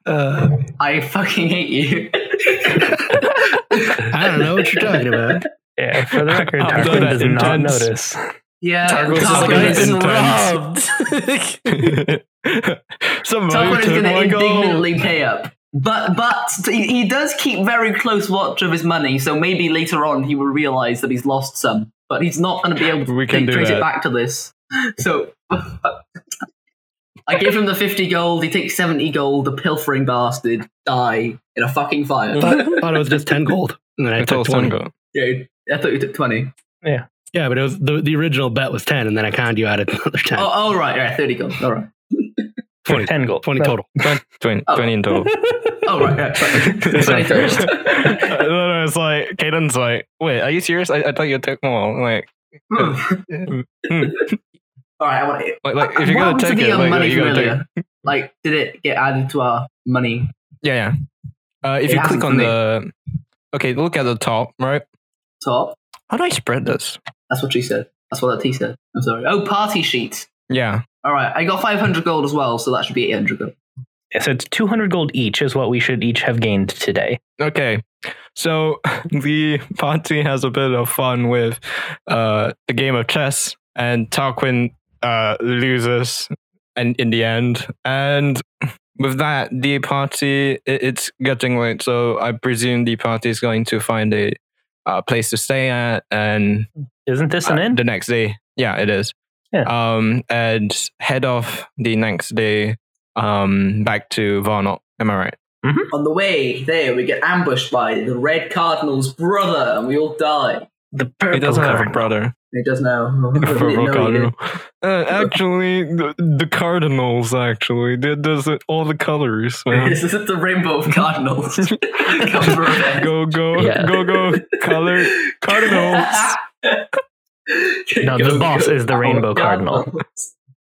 S5: Uh,
S3: I fucking hate you.
S5: I don't know what you're talking about.
S6: Yeah, for the record,
S2: I'll do
S6: Tarquin
S2: that
S6: does
S2: in
S6: not
S2: tens.
S6: notice.
S3: yeah,
S1: Tarquin's just like,
S3: Tarquin
S1: I've
S3: is,
S1: been
S2: intense.
S1: robbed.
S2: Somebody
S3: Tarquin is
S2: took
S3: going to
S2: Oh my gold.
S3: indignantly pay up. But but he, he does keep very close watch of his money, so maybe later on he will realize that he's lost some. But he's not going to be able to
S2: We can do
S3: take- trace
S2: that.
S3: it back to this. So I gave him the fifty gold. He takes seventy gold. The pilfering bastard. die in a fucking fire.
S5: Thought, thought it was just ten gold, and then I,
S2: I
S5: took
S2: told
S5: twenty.
S2: Sungo.
S3: yeah, I thought you took 20.
S5: Yeah, but it was the, the original bet was ten, and then I conned you out at another ten.
S3: Oh, oh, right, yeah, 30 gold. All right.
S2: 20,
S6: 10 gold.
S5: Twenty total.
S2: 20,
S3: Oh.
S2: 20 in total.
S3: Oh, right, yeah, sorry. 20 first.
S2: then it's like, Caden's like, wait, are you serious? I, I thought you took more. Like,
S3: Hmm. All right, I want to.
S2: like, like if you're
S3: what
S2: gonna
S3: happened
S2: take
S3: to the,
S2: it,
S3: um,
S2: like,
S3: money
S2: you
S3: from
S2: gotta take it.
S3: earlier? Like, did it get added to our money?
S2: Yeah, yeah. Uh, if
S3: It
S2: you
S3: hasn't
S2: click on
S3: for me.
S2: the, okay, look at the top, right?
S3: Top.
S2: How do I spread this?
S3: That's what she said. That's what that T said. I'm sorry. Oh, party sheet.
S2: Yeah,
S3: All right, I got 500 gold as well, so that should be 800 gold.
S4: So it's 200 gold each is what we should each have gained today.
S2: Okay. So the party has a bit of fun with uh, a game of chess, and Tarquin uh, loses and in the end. And with that, the party, i- it's getting late. So I presume the party is going to find a uh, place to stay at and
S4: Isn't this
S2: uh,
S4: an end?
S2: the next day. Yeah, it is.
S6: Yeah.
S2: Um, and head off the next day um, back to Varnok. Am I right?
S3: On the way there, we get ambushed by the Red Cardinal's brother, and we all die.
S4: The
S2: He
S4: purple
S2: doesn't have a
S4: cardinal.
S2: brother.
S3: It does know.
S2: For
S3: No,
S2: Rock
S3: he didn't.
S2: Cardinal. Uh, actually, the, the Cardinals, actually. There- There's all the colors. man.
S3: This is the rainbow of cardinals. Cover of it.
S2: go, go,
S4: Yeah.
S2: go, go, color, Cardinals.
S4: No, the boss is the rainbow cardinal.
S2: I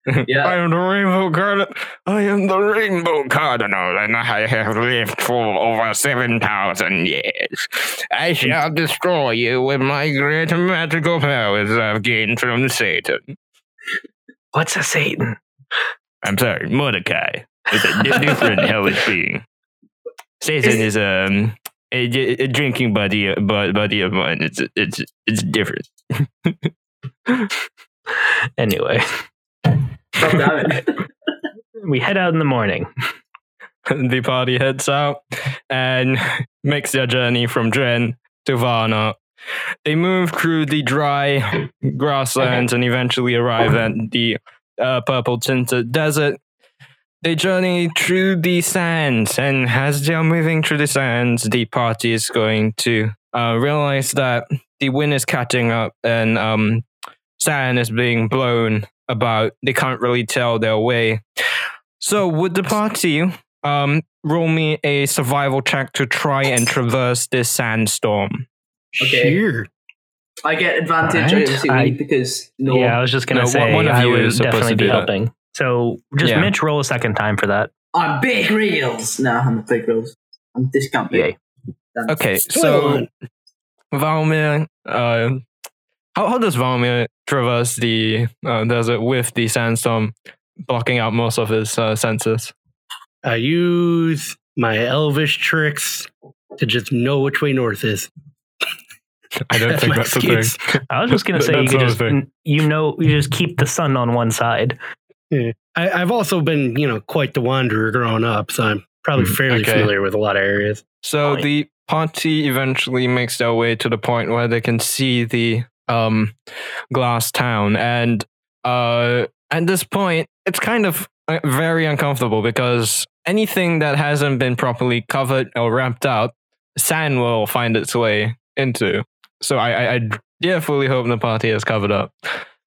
S3: Oh, yeah.
S2: am the rainbow cardinal. I am the rainbow cardinal, and I have lived for over 7,000 years. I shall destroy you with my great magical powers I've gained from Satan.
S4: What's a Satan?
S2: I'm sorry, Mordecai. It's a di- different hellish being. Satan is um, a, di- a drinking buddy, uh, bu- buddy of mine. It's it's it's different.
S4: Anyway,
S3: God damn it.
S4: we head out in the morning.
S2: the party heads out and makes their journey from Dren to Varna. They move through the dry grasslands and eventually arrive at the uh, purple tinted desert. They journey through the sands, and as they are moving through the sands, the party is going to uh, realize that the wind is catching up and um, sand is being blown about. They can't really tell their way. So, would the party um, roll me a survival check to try and traverse this sandstorm.
S3: Okay.
S5: Sure.
S3: I get advantage
S4: Alright,
S3: over Sumi
S4: I-
S3: because no.
S4: Yeah, I was just gonna
S2: No, one-
S4: say
S2: one of
S4: I
S2: you
S4: would
S2: is supposed
S4: definitely
S2: to
S4: be
S2: do that.
S4: helping. So just
S2: Yeah.
S4: Mitch roll a second time for that.
S3: I'm big reels. No, I'm not big reels. I'm discount big.
S4: Yay.
S3: Damn.
S2: Okay, so Valmir, uh, how, how does Valmir traverse the uh, desert with the sandstorm blocking out most of his uh, senses?
S5: I use my elvish tricks to just know which way north is.
S2: I don't think that's a thing.
S5: Excuse.
S4: I was just gonna
S2: Th-
S4: say you
S2: that's
S4: could
S2: what I was
S4: just
S2: thinking.
S4: you know you just keep the sun on one side.
S5: I, I've also been, you know, quite the wanderer growing up, so I'm probably
S4: Hmm,
S5: fairly
S2: okay.
S5: familiar with a lot of areas.
S2: So
S4: Fine.
S2: the party eventually makes their way to the point where they can see the um, glass town, and uh, at this point, it's kind of uh, very uncomfortable because anything that hasn't been properly covered or wrapped up, sand will find its way into. So I, I, I dearly hope the party is covered up.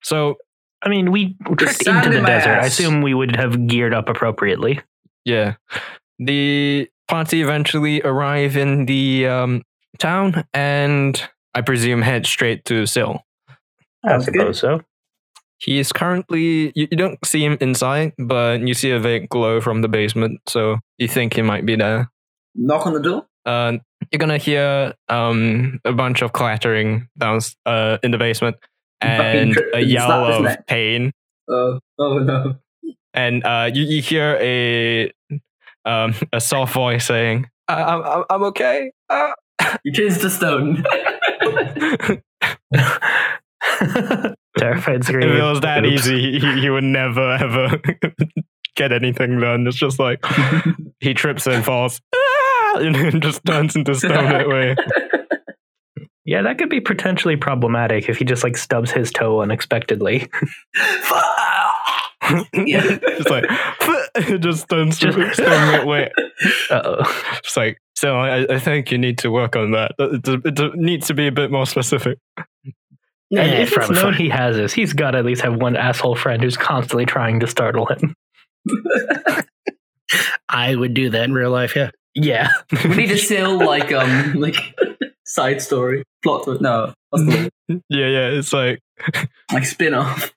S2: So
S4: I mean, we tricked
S3: sand
S4: into the
S3: in my
S4: desert. I
S3: ass.
S4: assume we would have geared up appropriately.
S2: Yeah. The party eventually arrive in the um, town and I presume head straight to Sil.
S4: I
S3: Sounds good.
S4: suppose so.
S2: He is currently, you, you don't see him inside, but you see a vague glow from the basement, so you think he might be there.
S3: Knock on the door.
S2: Uh, you're gonna hear um, a bunch of clattering down uh, in the basement and
S3: Fucking
S2: a
S3: dr-
S2: yell
S3: slap, isn't
S2: of
S3: it?
S2: pain.
S3: Uh, oh no.
S2: and uh, you, you hear a um, a soft voice saying, I, I'm, I'm- "I'm okay." Uh.
S3: You turns to stone.
S4: Terrified scream.
S2: if it was that
S4: Oops.
S2: easy, he, he would never ever get anything done. It's just like he trips and falls, "Ah!" and then just turns into stone that way.
S4: Yeah, that could be potentially problematic if he just like stubs his toe unexpectedly.
S3: Fuck. yeah.
S2: It's like It just turns to
S4: Just-
S2: staring at Wayne.
S4: oh.
S2: It's like, so I, I think you need to work on that. It, it- it needs to be a bit more specific.
S4: And
S5: Yeah,
S4: if it's
S5: probably
S4: known
S5: fine.
S4: he has this, he's got to at least have one asshole friend who's constantly trying to startle him.
S5: I would do that in real life. Yeah.
S4: Yeah.
S3: We need a still like um like side story plot. To, no, what's the word?
S2: Yeah, yeah. It's like,
S3: like spin off.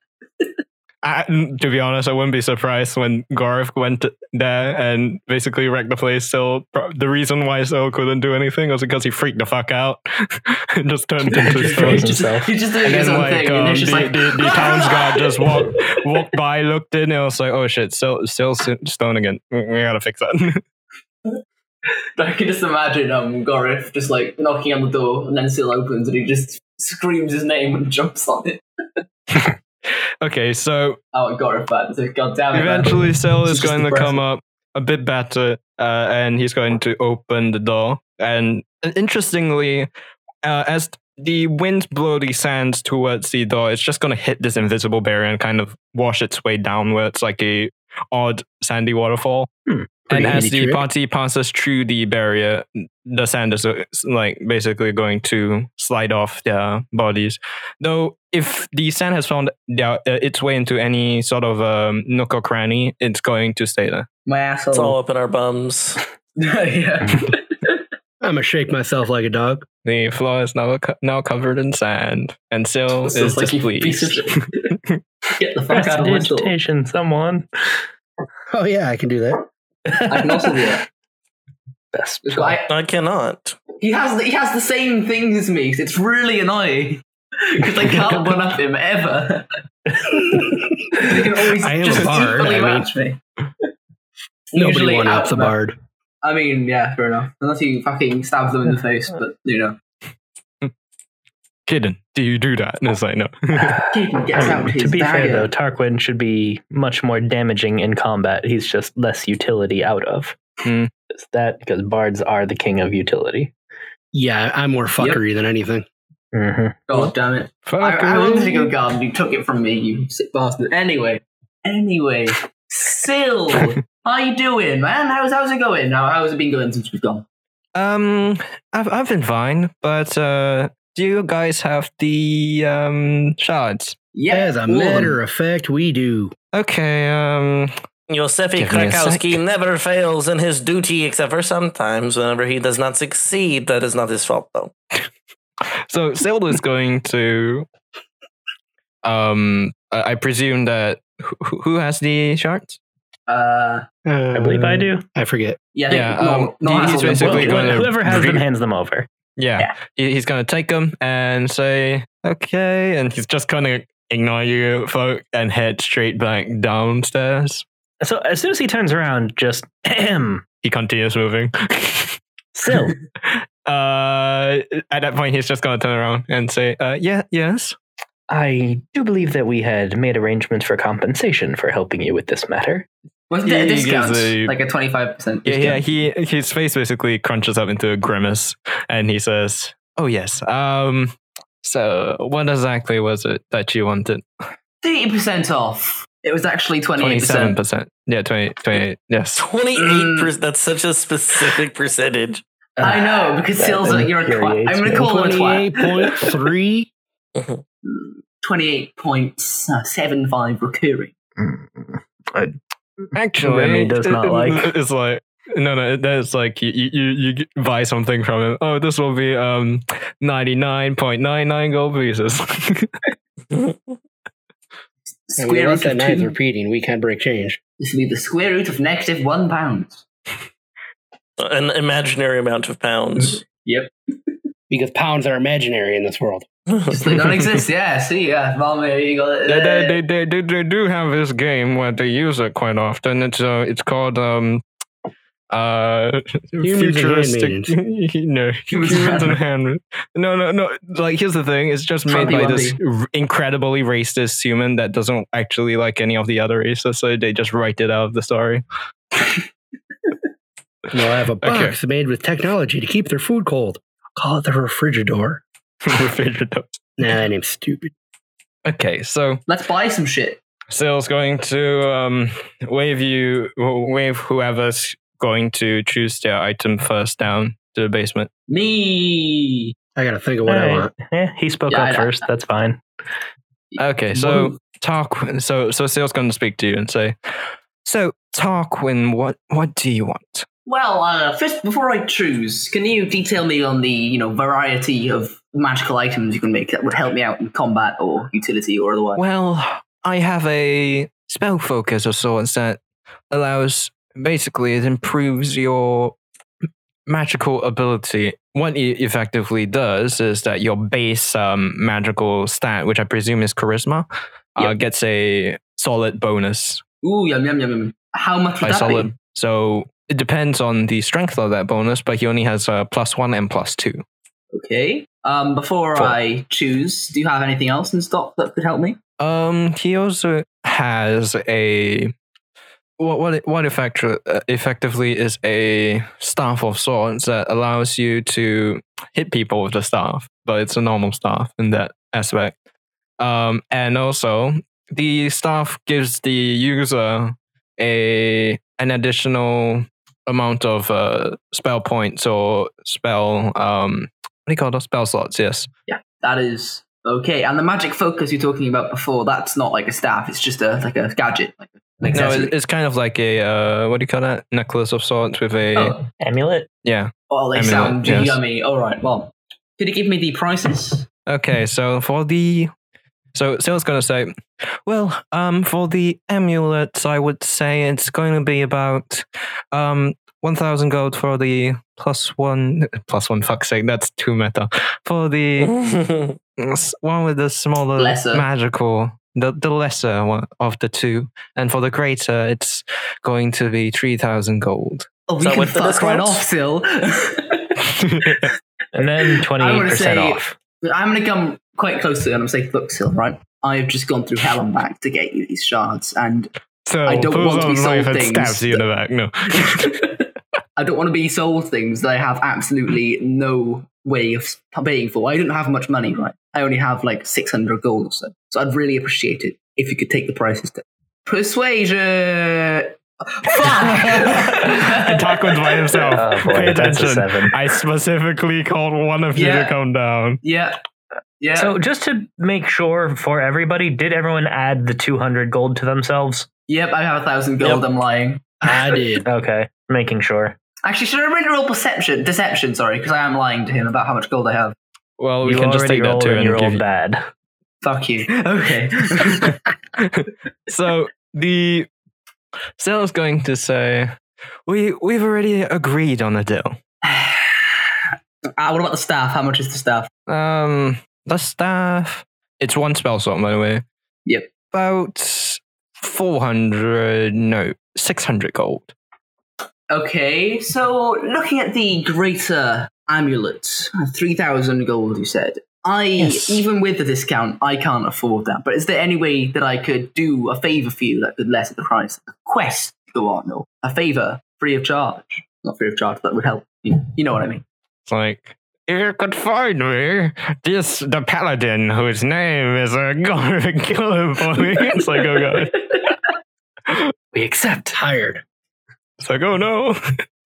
S2: I, to be honest, I wouldn't be surprised when Garth went there and basically wrecked the place. So pro- the reason why So couldn't do anything was because he freaked the fuck out and just turned into
S3: He's
S2: stone.
S6: froze
S3: just,
S6: himself.
S3: he's just doing
S2: And
S3: his
S2: then
S3: own
S2: like,
S3: thing,
S2: um,
S3: and it's
S2: the,
S3: just like "Ah!"
S2: the, the town's guard just walked walked by, looked in, and was like, "Oh shit, still still stone again. We gotta fix that."
S3: I can just imagine um Gorif just like knocking on the door, and then still opens, and he just screams his name and jumps on it.
S2: okay, so
S3: Oh, Gorif, bad. It's like, God damn it! man."
S2: eventually Sil
S3: It's
S2: is
S3: just
S2: going to
S3: Uh, depressing.
S2: come up a bit better, uh, and he's going to open the door. And and interestingly, uh, as the wind blow the sands towards the door, it's just going to hit this invisible barrier and kind of wash its way downwards like a odd sandy waterfall.
S3: Hmm,
S5: Pretty
S2: and as
S5: handy
S2: the
S5: trick.
S2: party passes through the barrier, the sand is uh, s- like basically going to slide off their bodies. Though, if the sand has found their, uh, its way into any sort of um, nook or cranny, it's going to stay there.
S3: my
S1: It's all
S3: asshole.
S1: up in our bums.
S3: yeah.
S5: I'm gonna shake myself like a dog.
S2: The floor is now co- now covered in sand, and Sil
S3: This
S2: is
S3: is like, you piece of
S2: displeased.
S3: shit. Get the fuck out of my store.
S4: Prestidigitation, someone.
S5: Oh yeah, I can do that.
S3: I can also do that.
S6: Best
S3: It's like,
S1: I cannot.
S3: He has the, he has the same things as me. It's really annoying because I can't one up him ever. they can always
S5: I am a
S3: just
S5: bard,
S3: equally
S5: I mean-
S3: match me.
S5: Nobody one ups a
S3: outmatched.
S5: bard.
S3: I mean, yeah, fair enough. Unless he fucking stabs them in the face, but you know,
S2: Hidden, do you do that? And it's like no.
S3: Keaton gets
S4: I mean,
S3: out
S4: to
S3: his
S4: be
S3: dagger.
S4: fair, though, Tarquin should be much more damaging in combat. He's just less utility out of.
S2: Hmm.
S4: It's that because bards are the king of utility.
S5: Yeah, I'm more fuckery than anything.
S4: Mm-hmm.
S3: God damn it! I, I wanted to go garden. You took it from me, you sick bastard. Anyway, anyway, Sill, how you doing, man? How's how's it going? Now, how's it been going since we've gone?
S2: Um, I've I've been fine, but uh, do you guys have the um shards?
S3: Yeah,
S5: As a
S3: all of them.
S5: matter of fact, we do.
S2: Okay. Um.
S1: Yosefi
S2: Give me a
S1: Krakowski
S2: sec.
S1: never fails in his duty, except for sometimes whenever he does not succeed. That is not his fault, though.
S2: So Zelda is going to. Um. I I presume that who- who, who has the shards?
S3: Uh,
S5: Uh,
S4: I believe I do.
S5: I forget.
S3: yeah, I think
S2: Yeah,
S3: no,
S2: um,
S3: no,
S2: he-
S3: that's
S2: he's
S3: all the
S2: basically
S3: book.
S2: going to-
S4: Whoever has them
S2: re-
S4: hands them over.
S2: Yeah.
S3: Yeah.
S2: He- He's gonna take them and say okay, and he's just gonna ignore you folk and head straight back downstairs.
S4: So as soon as he turns around, just ahem,
S2: He continues moving.
S4: still.
S2: uh, at that point, he's just gonna turn around and say, uh, "Yeah, yes."
S4: I do believe that we had made arrangements for compensation for helping you with this matter.
S3: Wasn't there a
S2: He gives
S3: discount?
S2: a-
S3: Like a 25% discount?
S2: Yeah, yeah. He his face basically crunches up into a grimace, and he says, "Oh yes. Um, so what exactly was it that you wanted?
S3: 30% off. It was actually 28%.
S2: Twenty-seven percent. Yeah, 20, 28. Yes.
S1: 28%. That's such a specific percentage.
S3: I know, because
S4: That
S3: Sil's like, you're a twat.
S4: infuriates
S3: I'm going
S4: me.
S3: to call him a twat.
S5: 28.3.
S3: 28.75 uh, recurring.
S2: Actually,
S4: Remy does not like.
S2: It's like. No, no, that's like you, you, you you buy something from him. Oh, this will be um ninety nine point nine nine gold pieces.
S5: we
S3: Square root of
S5: nine's
S3: two.
S5: repeating. We can't break change.
S3: This will be the square root of negative one pound.
S1: An imaginary amount of pounds.
S5: Because pounds are imaginary in this world.
S3: Just they don't exist. Yeah, see, yeah. Well, there you go.
S2: they, they, they, they, do- they do have this game where they use it quite often. It's uh, it's called um uh
S5: Humans and
S2: futuristic no
S3: Humans
S2: humans
S3: and
S2: and hand no no no like here's the thing it's just made
S3: Trumpy
S2: by this r- incredibly racist human that doesn't actually like any of the other races so they just write it out of the story
S5: They'll have a
S2: Okay.
S5: box made with technology to keep their food cold. Call it the refrigerador.
S2: Refrigerators.
S5: Nah, that name's stupid.
S2: okay so
S3: Let's buy some shit.
S2: Sale's going to um, wave you, wave whoever's going to choose their item first down to the basement.
S3: Me.
S5: I gotta think of what I
S6: Alright.
S5: want.
S4: Eh,
S6: Yeah, he spoke
S3: Yeah, I
S6: up
S3: know.
S6: first. That's fine.
S2: Okay, so Tarquin, so so Sale's going to speak to you and say, "So Tarquin, what what do you want?"
S3: Well, uh, first, before I choose, can you detail me on the you know variety of magical items you can make that would help me out in combat or utility or otherwise?
S2: Well, I have a spell focus of sorts that allows basically it improves your magical ability. What it effectively does is that your base um, magical stat, which I presume is charisma, uh, gets a solid bonus.
S3: Ooh, yum yum yum. yum. How much would
S2: By
S3: that
S2: solid,
S3: be?
S2: so it depends on the strength of that bonus, but he only has a plus one and plus two.
S3: Okay. Um, before
S2: Four.
S3: I choose, do you have anything else in stock that could help me?
S2: Um, he also has a what what what effect, uh, effectively is a staff of swords that allows you to hit people with the staff, but it's a normal staff in that aspect. Um, and also the staff gives the user a an additional amount of uh, spell points or spell um what do you call those spell slots? Yes.
S3: That is okay. And the magic focus you're talking about before, that's not like a staff. It's just a like a gadget, like an
S2: No,
S3: accessory.
S2: it- it's kind of like a uh, what do you call that necklace of sorts with a
S3: oh,
S6: Amulet.
S2: yeah.
S3: well, they
S2: I mean, uh,
S3: sound
S2: yes.
S3: yummy. All right. Well, could you give me the prices?
S2: Okay, so for the so Sil's gonna say, well, um, for the amulets, I would say it's going to be about um one thousand gold for the plus one plus one. Fuck's sake, that's too meta. For the s- one with the smaller
S3: Lesser.
S2: magical. The, the lesser one of the two, and for the greater, it's going to be three thousand gold.
S3: Oh, we
S1: that
S3: can
S1: what the
S3: fuck right
S1: discounts?
S3: off, still.
S6: And then 28%
S3: say-
S6: off.
S3: I'm gonna come quite close to it. I'm gonna say, look, Sil, right? I have just gone through hell and back to get you these shards, and
S2: So
S3: I don't want to be sold things
S2: in the back. No.
S3: I don't want to be sold things that I have absolutely no way of paying for. I don't have much money, right? I only have like 600 gold or so. So I'd really appreciate it if you could take the prices down. Persuasion! Fuck!
S2: Tarquin's by himself.
S6: Oh boy,
S2: Pay
S6: that's a
S2: attention.
S6: seven.
S2: I specifically called one of you
S3: Yeah.
S2: to come down.
S3: yeah. Yeah.
S4: So-
S6: So just to make sure for everybody, did everyone add the 200 gold to themselves?
S3: yep, I have a thousand gold. I'm lying.
S5: I did.
S6: Okay, making sure.
S3: Actually, should I really roll perception? Deception, sorry, because I am lying to him about how much gold I have.
S2: Well, we
S6: you
S2: can
S6: already
S2: just take that
S6: rolled
S2: too
S6: and you
S2: and give
S6: rolled
S2: you.
S6: bad.
S3: Fuck you. Okay.
S2: So the sale's going to say, "We we've already agreed on a deal.
S3: Ah, what about the staff? How much is the staff?
S2: Um, the staff. It's one spell slot, by the way.
S3: Yep.
S2: About four hundred, no, six hundred gold.
S3: Okay, so looking at the greater amulet, 3,000 gold, you said. I,
S2: Yes.
S3: even with the discount, I can't afford that. But is there any way that I could do a favor for you that could lessen the price? A quest to go on, or a favor free of charge? Not free of charge, that would help. You, you know what I mean.
S2: It's like, if you could find me, this the paladin whose name is uh, gonna kill him for me. It's like, oh god.
S4: We accept.
S5: Tired.
S2: It's like, oh no,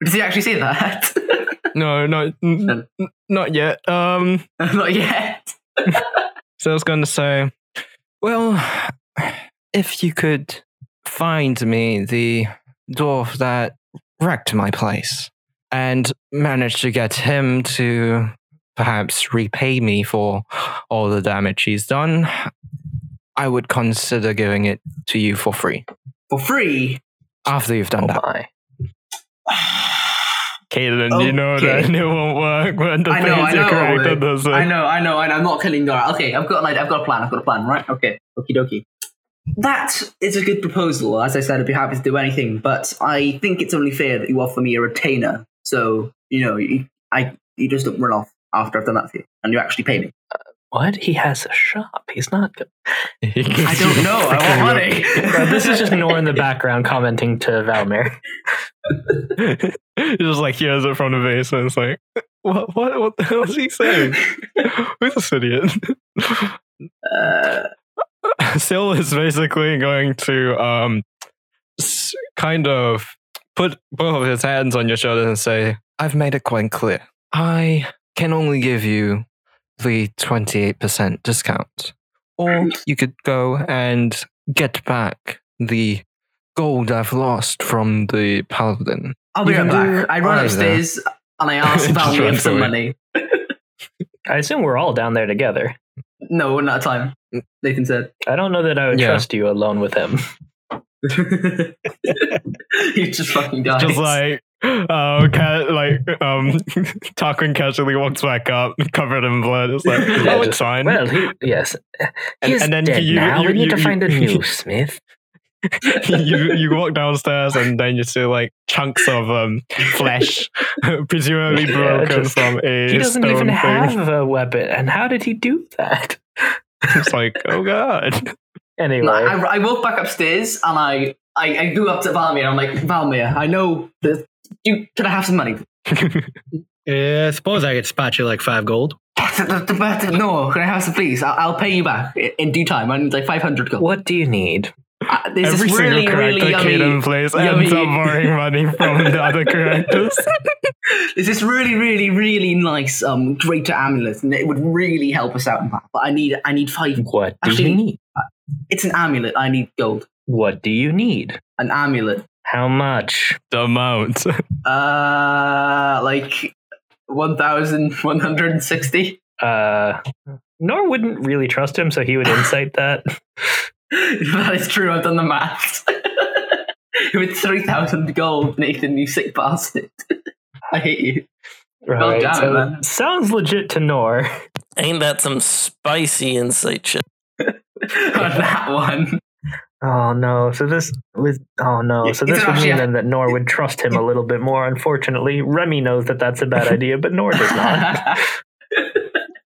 S3: Does he actually say that?
S2: no, not n- n- not yet. Um,
S3: Not yet.
S2: so I was going to say, well, if you could find me the dwarf that wrecked my place and manage to get him to perhaps repay me for all the damage he's done, I would consider giving it to you for free
S3: For free.
S2: after you've done
S4: Oh
S2: that.
S4: my.
S2: Caitlin,
S3: you know that Okay.
S2: it won't work when the
S3: I know, things I are know, correct on
S2: this.
S3: I know, I know, I know. I'm not killing Dora. Okay, I've got an idea. I've got a plan. I've got a plan. Right? Okay. Okie dokie. That is a good proposal. As I said, I'd be happy to do anything, but I think it's only fair that you offer me a retainer. So you know, you, I you just don't run off after I've done that for you, and you actually pay me.
S4: What? He has a shop. He's not good.
S3: I don't know. I want money.
S6: But this is just Nor in the background commenting to Valmir.
S2: He just like hears it from the basement. It's like, what, what,
S3: Uh,
S2: what the hell is he saying? Who's this idiot?
S3: Uh,
S2: Syl is basically going to um, s- kind of put both of his hands on your shoulders and say, "I've made it quite clear. I can only give you the twenty-eight percent discount, or you could go and get back the gold I've lost from the paladin."
S3: I'll be
S2: You
S3: right
S2: can do
S3: back. I run
S2: either.
S3: upstairs and I ask
S2: Just
S3: Valmir
S2: run
S3: for some
S2: away.
S3: money.
S6: I assume we're all down there together.
S3: No, not a time. Nathan said.
S6: I don't know that I would
S2: Yeah.
S6: trust you alone with him.
S3: you just fucking died.
S2: Just like, um, ca- like, um, Tarquin casually walks back up, covered in blood. It's like,
S6: Yeah,
S2: oh, it's
S6: just-
S2: fine.
S4: Well, he, yes.
S2: And-
S4: He's
S2: and then
S4: dead
S2: you-
S4: now.
S2: you-
S4: we need
S2: you-
S4: to
S2: you-
S4: find a new smith.
S2: you you walk downstairs and then you see like chunks of um flesh, presumably
S6: Yeah,
S2: broken
S6: just-
S2: from a
S6: he doesn't
S2: stone
S6: even
S2: thing.
S6: have a weapon. And how did he do that?
S2: It's like, oh god.
S6: Anyway,
S3: No, I, I walk back upstairs and I, I, I go up to Valmir and I'm like, Valmir, I know that you can I have some money?
S5: Yeah, I suppose I could spot you like five gold.
S3: No, can I have some, please? I'll, I'll pay you back i- in due time. I need like 500 gold.
S4: What do you need?
S3: Uh, there's
S2: Every single
S3: this really,
S2: character
S3: really
S2: Kaden
S3: yummy,
S2: plays
S3: yummy-
S2: ends up borrowing money from the other characters.
S3: there's this really, really, really nice um greater amulet, and it would really help us out in that. But I need, I need five.
S4: What do
S3: Actually-
S4: you need?
S3: It's an amulet. I need gold.
S4: What do you need?
S3: An amulet.
S4: How much?
S2: The amount.
S3: Uh, like one thousand one hundred and sixty.
S6: uh, Nor wouldn't really trust him, so he would incite that.
S3: that is true. I've done the maths. With three thousand gold, Nathan, you sick bastard. I hate you. Well
S6: Right,
S3: done,
S6: so
S3: man.
S6: sounds legit to Nor.
S1: Ain't that some spicy insight shit?
S3: On that one.
S6: Oh no! So this with oh no! So
S3: It's
S6: this would
S3: actually
S6: mean
S3: a-
S6: then that Nor would trust him a little bit more. Unfortunately, Remy knows that that's a bad idea, but Nor does not.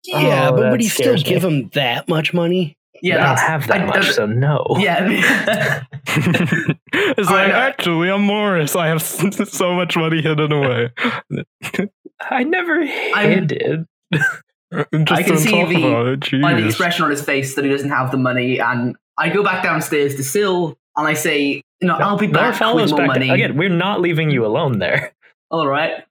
S5: Yeah,
S6: Oh,
S5: but
S6: that
S5: would he still
S6: scares me.
S5: give him that much money?
S6: I
S3: yeah,
S6: don't
S3: that's,
S6: have that
S3: I-
S6: much,
S3: I-
S6: so no.
S3: yeah.
S2: it's
S3: I
S2: like
S3: know.
S2: actually I'm Morris. I have s- so much money hidden away.
S6: I never hid it.
S2: Just
S3: I can
S2: don't
S3: see
S2: talk
S3: the-
S2: about it.
S3: by the
S2: Jeez.
S3: expression on his face that he doesn't have the money. And I go back downstairs to Sill and I say, "No, I'll be
S6: Nor
S3: back with
S6: follows
S3: more
S6: back.
S3: money."
S6: Again, we're not leaving you alone there.
S3: All right,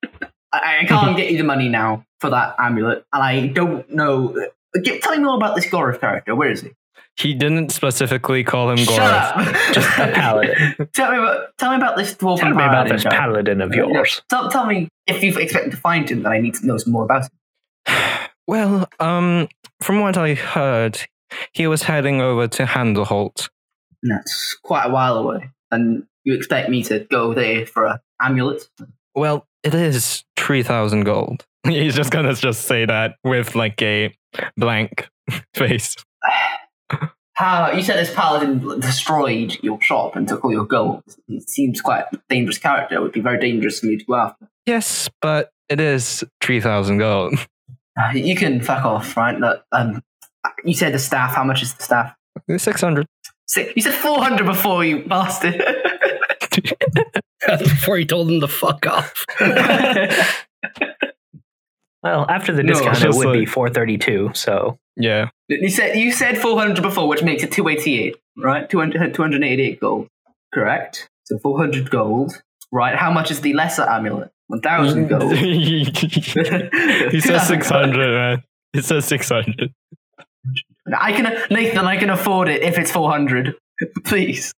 S3: I, I can't get you the money now for that amulet, and I don't know. Get, tell me more about this Gorov character. Where is he?
S2: He didn't specifically call him
S3: Shut
S2: Gorov.
S3: up.
S6: Just a paladin.
S3: tell me about tell me about this dwarf.
S6: Tell me about this paladin of
S3: Yeah.
S6: yours.
S3: Tell, tell me if you expect to find him. Then I need to know some more about him.
S2: Well, um, from what I heard, he was heading over to Handleholt.
S3: That's quite a while away, and you expect me to go there for an amulet?
S2: Well, it is three thousand gold. He's just gonna just say that with like a blank face.
S3: How you said this paladin destroyed your shop and took all your gold? It seems quite a dangerous character. It would be very dangerous for me to go after.
S2: Yes, but it is three thousand gold.
S3: Uh, You can fuck off, right? Look, um, you said the staff. How much is the staff?
S2: Six hundred.
S3: Six. You said four hundred before, you bastard.
S5: That's before he told him to fuck off.
S4: Well, after the
S3: No,
S4: discount,
S2: it's
S4: it
S2: just
S4: would be
S2: like-
S4: 432. So
S2: Yeah.
S3: you said you said four hundred before, which makes it two eighty eight, right? uh, 200, 288 gold, correct? So four hundred gold, right? How much is the lesser amulet? One thousand gold.
S2: Mm. he says six hundred, man. He says six hundred.
S3: I can Nathan, I can afford it if it's four hundred. Please.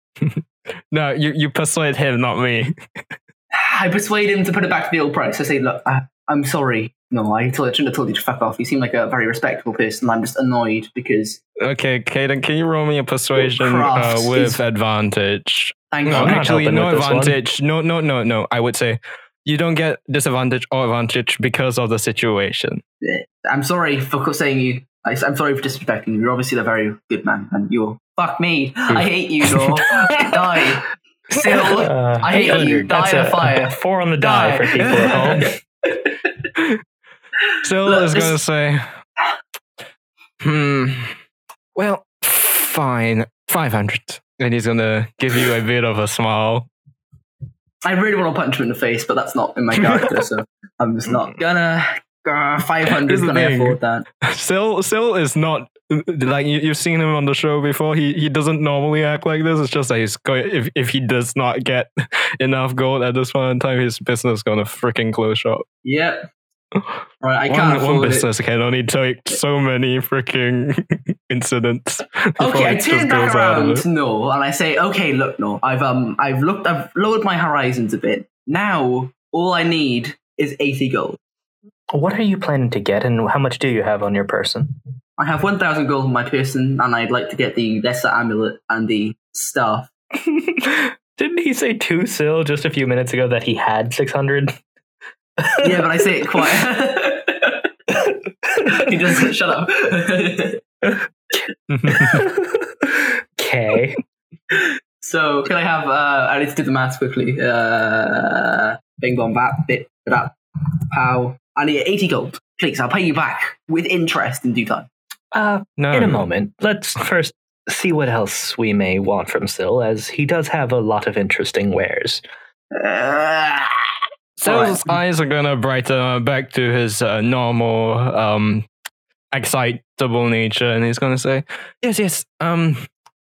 S2: No, you, you persuade him, not me.
S3: I persuade him to put it back to the old price. I say, look, I, I'm sorry. No, I, told, I shouldn't have told you to fuck off. You seem like a very respectable person. I'm just annoyed because
S2: Okay, Caden, can you roll me a persuasion uh,
S3: Crafts
S2: with
S3: is-
S2: advantage?
S3: thank
S2: No,
S6: I'm not
S3: God.
S2: actually,
S6: helping
S2: no
S6: with this one.
S2: advantage. No, no, no, no. I would say you don't get disadvantage or advantage because of the situation.
S3: I'm sorry for co- saying you. I, am sorry for disrespecting you. You're obviously a very good man, and you're fuck me. I hate you, Nor. die, Still,
S6: Uh,
S3: I hate you.
S6: 800.
S3: Die
S6: That's
S3: in a
S6: a-
S3: fire.
S6: Four on the
S3: die
S6: die, for people at home.
S2: Still
S3: Look,
S2: is
S3: this-
S2: going to say, hmm, well, fine, 500. And he's going to give you a bit of a smile.
S3: I really want to punch him in the face, but that's not in my character, so I'm just not gonna. Uh, Five hundred.
S2: Here's the
S3: Can I
S2: thing.
S3: afford that?
S2: Still, still is not like you, you've seen him on the show before. He he doesn't normally act like this. It's just that he's going. If if he does not get enough gold at this point in time, his business is gonna freaking close shop.
S3: Yep. Right, I can't
S2: One, one
S3: afford it.
S2: business can only take so many freaking incidents. before
S3: Okay, I
S2: it just
S3: turn back
S2: goes out of
S3: around
S2: it.
S3: to Noel and I say, "Okay, look, Noel, I've um, I've looked, I've lowered my horizons a bit. Now all I need is 80 gold.
S6: What are you planning to get, and how much do you have on your person?
S3: I have 1,000 gold on my person, and I'd like to get the lesser amulet and the staff.
S7: Didn't he say two sil just a few minutes ago that he had 600?
S3: Yeah, but I say it quiet. he doesn't shut up.
S6: Okay.
S3: so can I have? Uh, I need to do the math quickly. Uh, bing bong bat bit that pow. I need 80 gold, please. I'll pay you back with interest in due time.
S6: Uh,
S2: No,
S6: in a moment, let's first see what else we may want from Syl, as he does have a lot of interesting wares.
S3: Uh,
S2: Sales eyes are gonna brighten up back to his uh, normal, um, excitable nature, and he's gonna say, "Yes, yes. Um,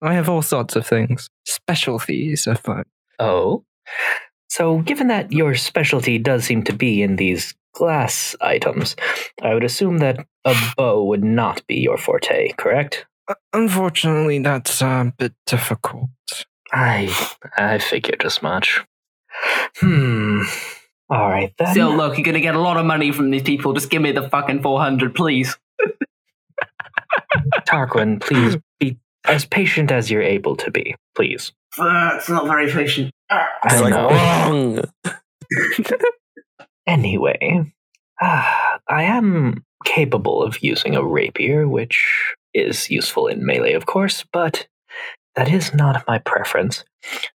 S2: I have all sorts of things. Specialties I find.
S6: Oh. So, given that your specialty does seem to be in these glass items, I would assume that a bow would not be your forte, correct?
S2: Uh, Unfortunately, that's uh, a bit difficult.
S6: I I figured as much. Hmm. All right then.
S3: Still, look, you're gonna get a lot of money from these people. Just give me the fucking 400, please.
S6: Tarquin, please be as patient as you're able to be, please.
S3: Uh, it's not very patient.
S1: It's
S6: I
S1: like
S6: know.
S1: wrong.
S6: Anyway, ah, I am capable of using a rapier, which is useful in melee, of course, but that is not my preference.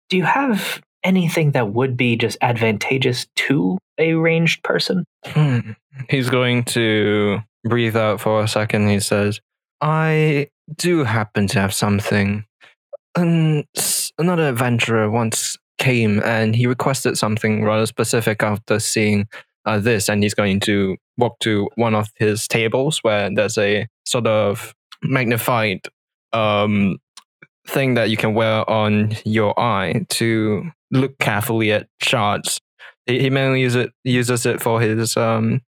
S6: Do you have anything that would be just advantageous to a ranged person?
S2: Hmm. He's going to breathe out for a second. He says, I do happen to have something. And another adventurer once came and he requested something rather specific after seeing uh, this. And he's going to walk to one of his tables where there's a sort of magnified um, thing that you can wear on your eye to look carefully at charts he, he mainly use it, uses it for his um,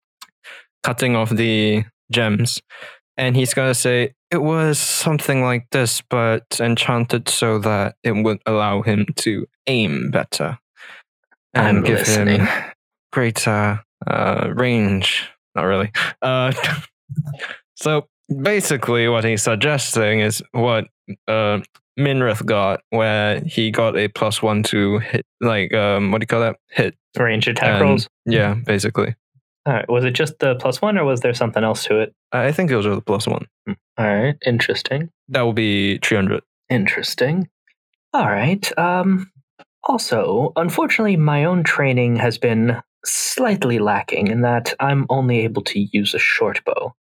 S2: cutting of the gems. And he's going to say, it was something like this, but enchanted so that it would allow him to aim better and
S6: I'm
S2: give
S6: listening.
S2: him greater uh, range. Not really. Uh, so basically, what he's suggesting is what uh, Minrith got, where he got a plus one to hit, like, um, what do you call that? Hit.
S6: Range
S7: attack
S2: And-
S7: rolls.
S2: Yeah, basically.
S6: All right, was it just the plus one, or was there something else to it?
S2: I I think those are the plus one.
S6: All right, interesting.
S2: That will be 300.
S6: Interesting. All right. Um, also, unfortunately, my own training has been slightly lacking in that I'm only able to use a short bow.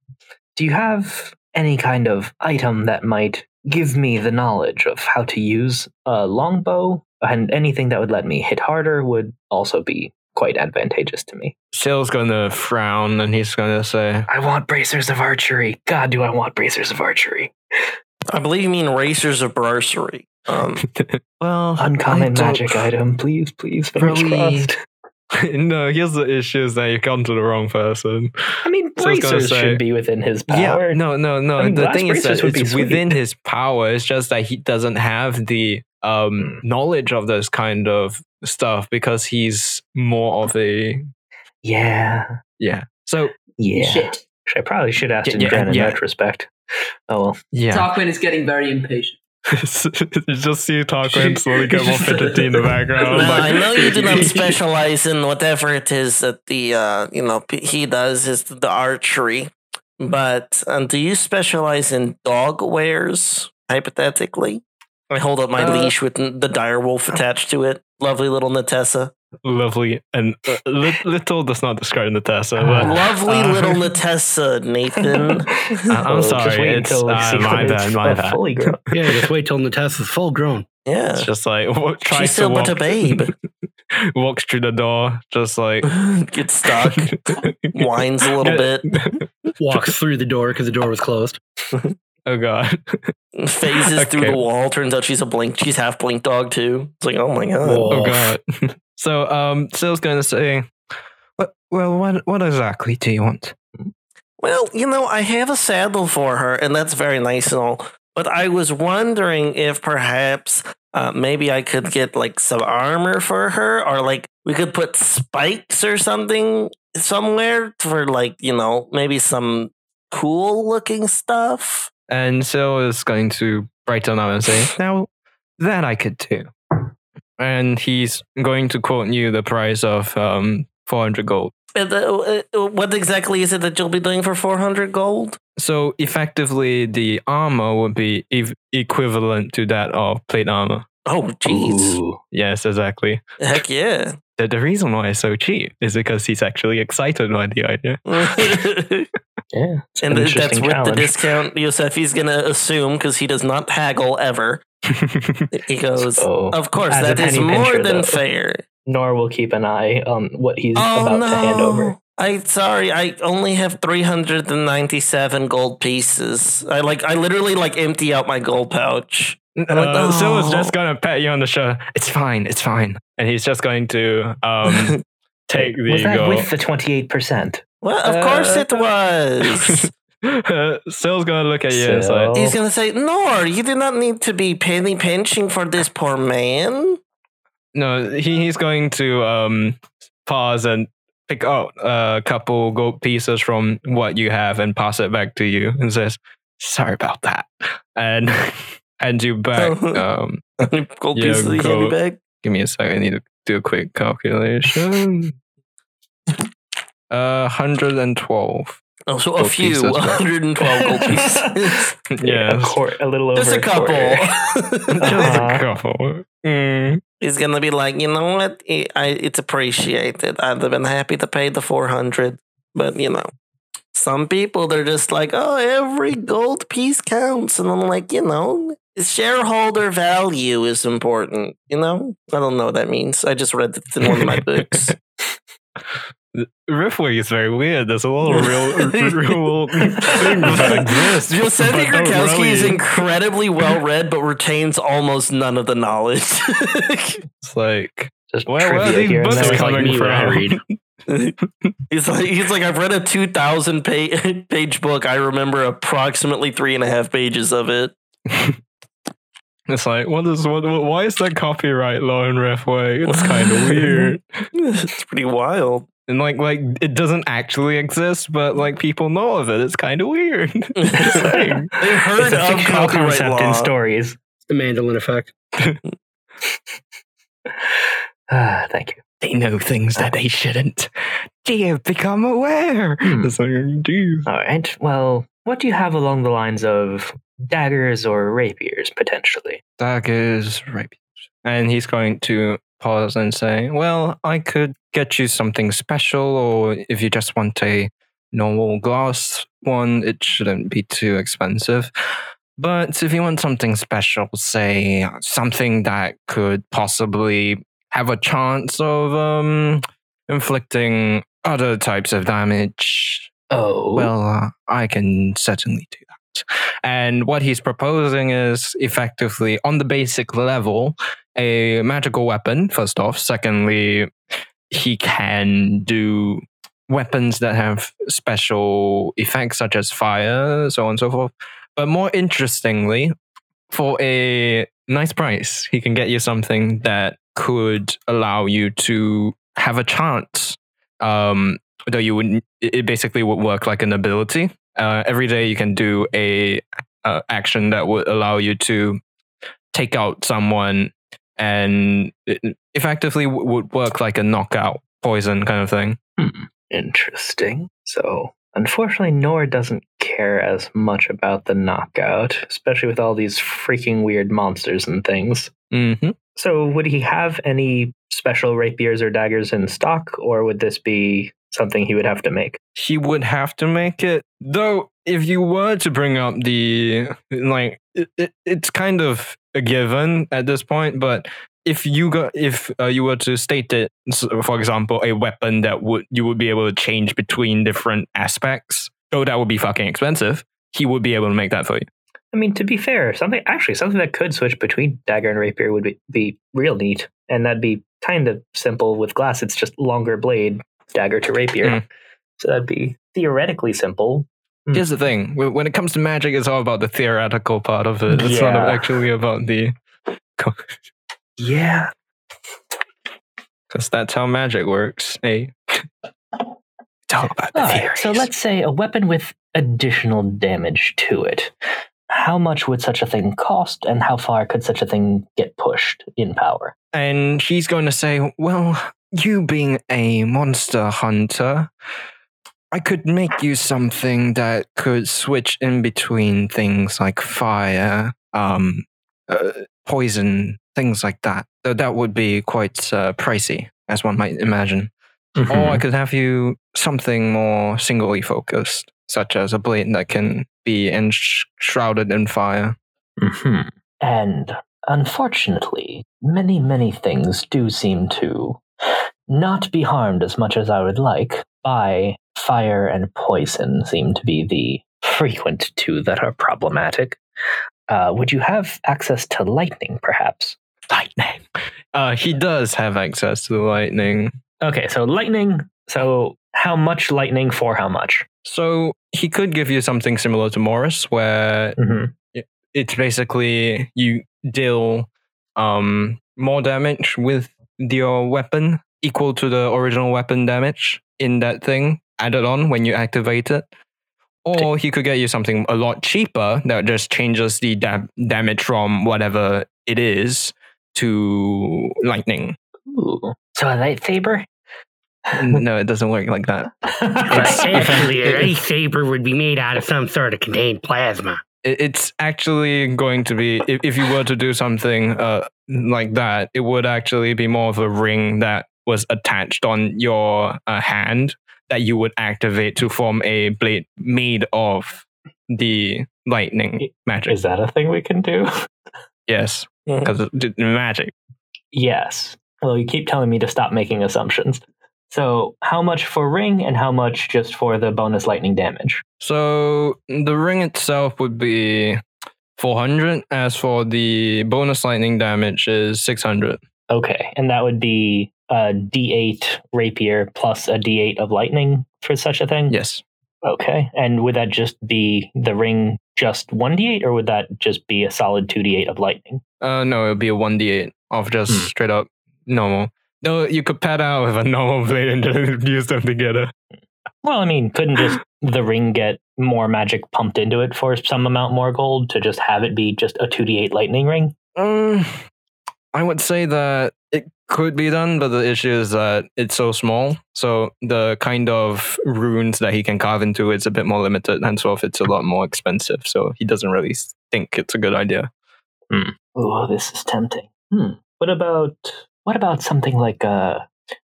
S6: Do you have any kind of item that might give me the knowledge of how to use a longbow? And anything that would let me hit harder would also be quite advantageous to me.
S2: Shale's gonna frown and he's gonna say,
S6: I want bracers of archery. God, do I want bracers of archery?
S1: I believe you mean racers of brasserie. Um,
S2: Well,
S6: Uncommon magic item, please, please. Fingers
S2: Really?
S6: crossed.
S2: no, here's the issue is that you've come to the wrong person.
S6: I mean,
S2: So I was gonna
S6: bracers
S2: say-
S6: should be within his power.
S2: Yeah, no, no, no.
S6: I mean,
S2: the
S6: glass
S2: thing is
S6: braces
S2: that
S6: would be
S2: it's
S6: sweet.
S2: within his power. It's just that he doesn't have the um,
S6: Hmm.
S2: knowledge of this kind of stuff because he's more of a.
S6: yeah,
S2: Yeah. So,
S6: yeah.
S3: Shit.
S6: Which I probably should ask
S2: Yeah,
S6: Indran
S2: yeah,
S6: in
S2: yeah.
S6: that respect. Oh well.
S2: yeah.
S3: Tarquin is getting very impatient.
S2: you just see Tarquin slowly get more fidgety in the
S1: now,
S2: background. like-
S1: I know you do not specialize in whatever it is that the uh, you know p- he does is the archery, but um, do you specialize in dog wares? Hypothetically, I hold up my
S2: Uh,
S1: leash with n- the dire wolf attached to it. Lovely little Natessa.
S2: lovely and uh, li- little does not describe Natasha.
S6: Uh,
S2: But
S1: Lovely
S2: uh,
S1: little Natessa, Nathan.
S2: I'm
S6: just
S2: sorry,
S6: wait
S2: it's,
S6: until we
S2: uh,
S6: see
S2: my
S6: when it's
S2: bad, my
S6: fu-
S2: bad.
S6: Fully grown.
S5: Yeah, just wait till Natessa's full grown.
S1: Yeah.
S2: it's just like w- tries
S1: still
S2: to
S1: but
S2: walk,
S1: a babe.
S2: walks through the door, just like
S1: Gets stuck, whines a little bit.
S5: Walks through the door because the door was closed.
S2: Oh god.
S1: Phases through
S2: Okay.
S1: the wall. Turns out she's a blink. She's half blink dog too. It's like, oh my god.
S5: Whoa.
S2: Oh god. so um, Sil's gonna say, "Well- "Well, what what exactly do you want?"
S1: Well, you know, I have a saddle for her, and that's very nice and all. But I was wondering if perhaps uh, maybe I could get like some armor for her, or like we could put spikes or something somewhere for like you know maybe some cool looking stuff.
S2: And Sil is going to brighten up and say, Now that I could do. And he's going to quote you the price of um, 400 gold.
S1: And, uh, uh, what exactly is it that you'll be doing for four hundred gold?
S2: So effectively, the armor would be ev- equivalent to that of plate armor.
S1: Oh, jeez,
S4: Ooh.
S2: Yes, exactly.
S1: heck yeah!
S2: The, the reason why it's so cheap is because he's actually excited by the idea.
S1: and
S6: Yeah. it's an
S1: uh, that's
S6: interesting
S1: with the
S6: challenge.
S1: discount Yosefi's gonna assume because he does not haggle ever. He goes,
S6: So
S1: Of course,
S6: As a
S1: that is
S6: penny
S1: more
S6: pincher,
S1: than
S6: though.
S1: fair.
S6: Oh, Nor will keep an eye on what he's
S1: Oh
S6: about to hand over.
S1: no. I sorry, I only have 397 gold pieces. I like I literally like empty out my gold pouch.
S2: Uh, Sil is
S1: "No."
S4: Oh.
S2: just going to pat you on the shoulder. It's fine, it's fine. And he's just going to um, take the
S4: Was that
S2: gold.
S4: with the 28%?
S1: Well, of course
S6: uh,
S1: it was.
S2: Sil's gonna look at you and say,
S6: So-
S1: He's gonna say, Nor, you do not need to be penny pinching for this poor man.
S2: no, he, he's going to um pause and pick out a couple gold pieces from what you have and pass it back to you and says, sorry about that. And hand you back. um,
S1: gold
S2: Yeah,
S1: pieces you hand me
S2: gold.
S1: back.
S2: give me a second, I need to do a quick calculation. Uh, 112.
S1: Oh, so a
S2: Gold
S1: few,
S2: pieces, right.
S1: 112 gold pieces.
S6: Yeah, a,
S2: Yes.
S6: quar- a little over
S1: Just a couple.
S2: Just a
S6: Uh-huh.
S2: couple. Mm.
S1: He's gonna be like, you know what? I, I, it's appreciated. I'd have been happy to pay the four hundred, but you know, some people they're just like, oh, every gold piece counts, and I'm like, you know, shareholder value is important. You know, I don't know what that means. I just read it in one of my books.
S2: Riffwig is very weird. There's a lot of real, real things that exist.
S1: Yosefi
S2: but don't
S1: Krakowski is
S2: really.
S1: incredibly well read, but retains almost none of the knowledge.
S2: It's like
S6: Just
S2: Where- where are
S6: trivia
S2: these
S6: here and
S2: buses
S6: there.
S5: It's like
S2: coming
S5: me when I
S2: from.
S5: read.
S1: He's like, he's like, I've read a 2,000 page, page book. I remember approximately three and a half pages of it.
S2: it's like what is what? what- Why is that copyright law in Riffwig? It's kind of weird.
S1: It's pretty wild.
S2: And like like it doesn't actually exist, but like people know of it. It's kind of weird. It's like-
S1: They heard
S4: It's a
S1: of
S4: fictional
S1: copyright
S4: concept
S1: law.
S4: in stories.
S5: The mandolin effect.
S4: Ah, thank you.
S2: they know things that they shouldn't. Dear, become aware.
S4: Hmm.
S2: It's like, geez.
S4: All right. Well, what do you have along the lines of daggers or rapiers, potentially?
S2: daggers, rapiers. And he's going to pause and say, Well, I could get you something special, or if you just want a normal glass one, it shouldn't be too expensive. But if you want something special, say something that could possibly have a chance of um, inflicting other types of damage,
S4: Oh.
S2: well, uh, I can certainly do that. And what he's proposing is effectively on the basic level, a magical weapon, first off. Secondly, he can do weapons that have special effects such as fire, so on and so forth. But more interestingly, for a nice price, he can get you something that could allow you to have a chance. Um, though you would, it it basically would work like an ability. Uh, every day you can do a uh, action that would allow you to take out someone, and it effectively w- would work like a knockout poison kind of thing.
S4: Interesting.
S6: So, unfortunately, Nor doesn't care as much about the knockout, especially with all these freaking weird monsters and things.
S2: Mm-hmm.
S6: So, would he have any special rapiers or daggers in stock, or would this be something he would have to make?
S2: he would have to make it. Though, if you were to bring up the like, it, it, it's kind of a given at this point. But if you got, if uh, you were to state it, s- for example, a weapon that would you would be able to change between different aspects, though that would be fucking expensive. He would be able to make that for you.
S6: I mean, to be fair, something actually something that could switch between dagger and rapier would be, be real neat, and that'd be kind of simple with glass. It's just longer blade, dagger to rapier,
S2: Mm.
S6: so that'd be theoretically simple. Hmm.
S2: Here's the thing: wh- when it comes to magic, it's all about the theoretical part of it. It's not
S6: Yeah.
S2: actually about the
S6: Yeah,
S2: because that's how magic works. Hey, it's all about the
S6: All right,
S2: theories.
S6: so let's say a weapon with additional damage to it. How much would such a thing cost, and how far could such a thing get pushed in power?
S2: and he's going to say, "Well, you being a monster hunter." I could make you something that could switch in between things like fire, um, uh, poison, things like that. So that would be quite uh, pricey, as one might imagine.
S5: Mm-hmm.
S2: Or
S5: Oh, Hmm.
S2: I could have you something more singly focused, such as a blade that can be enshrouded in fire.
S4: Mm-hmm.
S6: And unfortunately, many, many things do seem to not be harmed as much as I would like by fire and poison, seem to be the frequent two that are problematic. Uh, would you have access to lightning, perhaps?
S2: Lightning. Uh, he does have access to the lightning.
S6: Okay, so lightning. So, how much lightning for how much?
S2: So he could give you something similar to Morris, where
S6: Mm-hmm.
S2: it's basically you deal um, more damage with your weapon equal to the original weapon damage in that thing added on when you activate it. Or he could get you something a lot cheaper that just changes the dam- damage from whatever it is to lightning.
S6: Ooh. So a lightsaber?
S2: no, it doesn't work like that. It's-
S5: Essentially, a lightsaber would be made out of some sort of contained plasma.
S2: It- It's actually going to be if, if you were to do something uh, like that, it would actually be more of a ring that was attached on your uh, hand that you would activate to form a blade made of the lightning magic.
S6: Is that a thing we can do?
S2: Yes,
S1: Mhm.
S2: because it's magic.
S6: Yes. Well, you keep telling me to stop making assumptions. So, how much for ring and how much just for the bonus lightning damage?
S2: So the ring itself would be 400. As for the bonus lightning damage is 600.
S6: Okay. And that would be a d8 rapier plus a d8 of lightning for such a thing?
S2: Yes.
S6: Okay. And would that just be the ring just 1d8 or would that just be a solid 2d8 of lightning?
S2: Uh, no, it would be a 1d8 of just straight up normal. No, you could pad out with a normal blade and just use them together.
S6: Well, I mean, couldn't just the ring get more magic pumped into it for some amount more gold to just have it be just a 2d8 lightning ring?
S2: Um, I would say that it could be done, but the issue is that it's so small. So the kind of runes that he can carve into is a bit more limited. Henceforth, it's a lot more expensive. So he doesn't really s- think it's a good idea.
S6: Oh, this is tempting. Hmm. What about what about something like a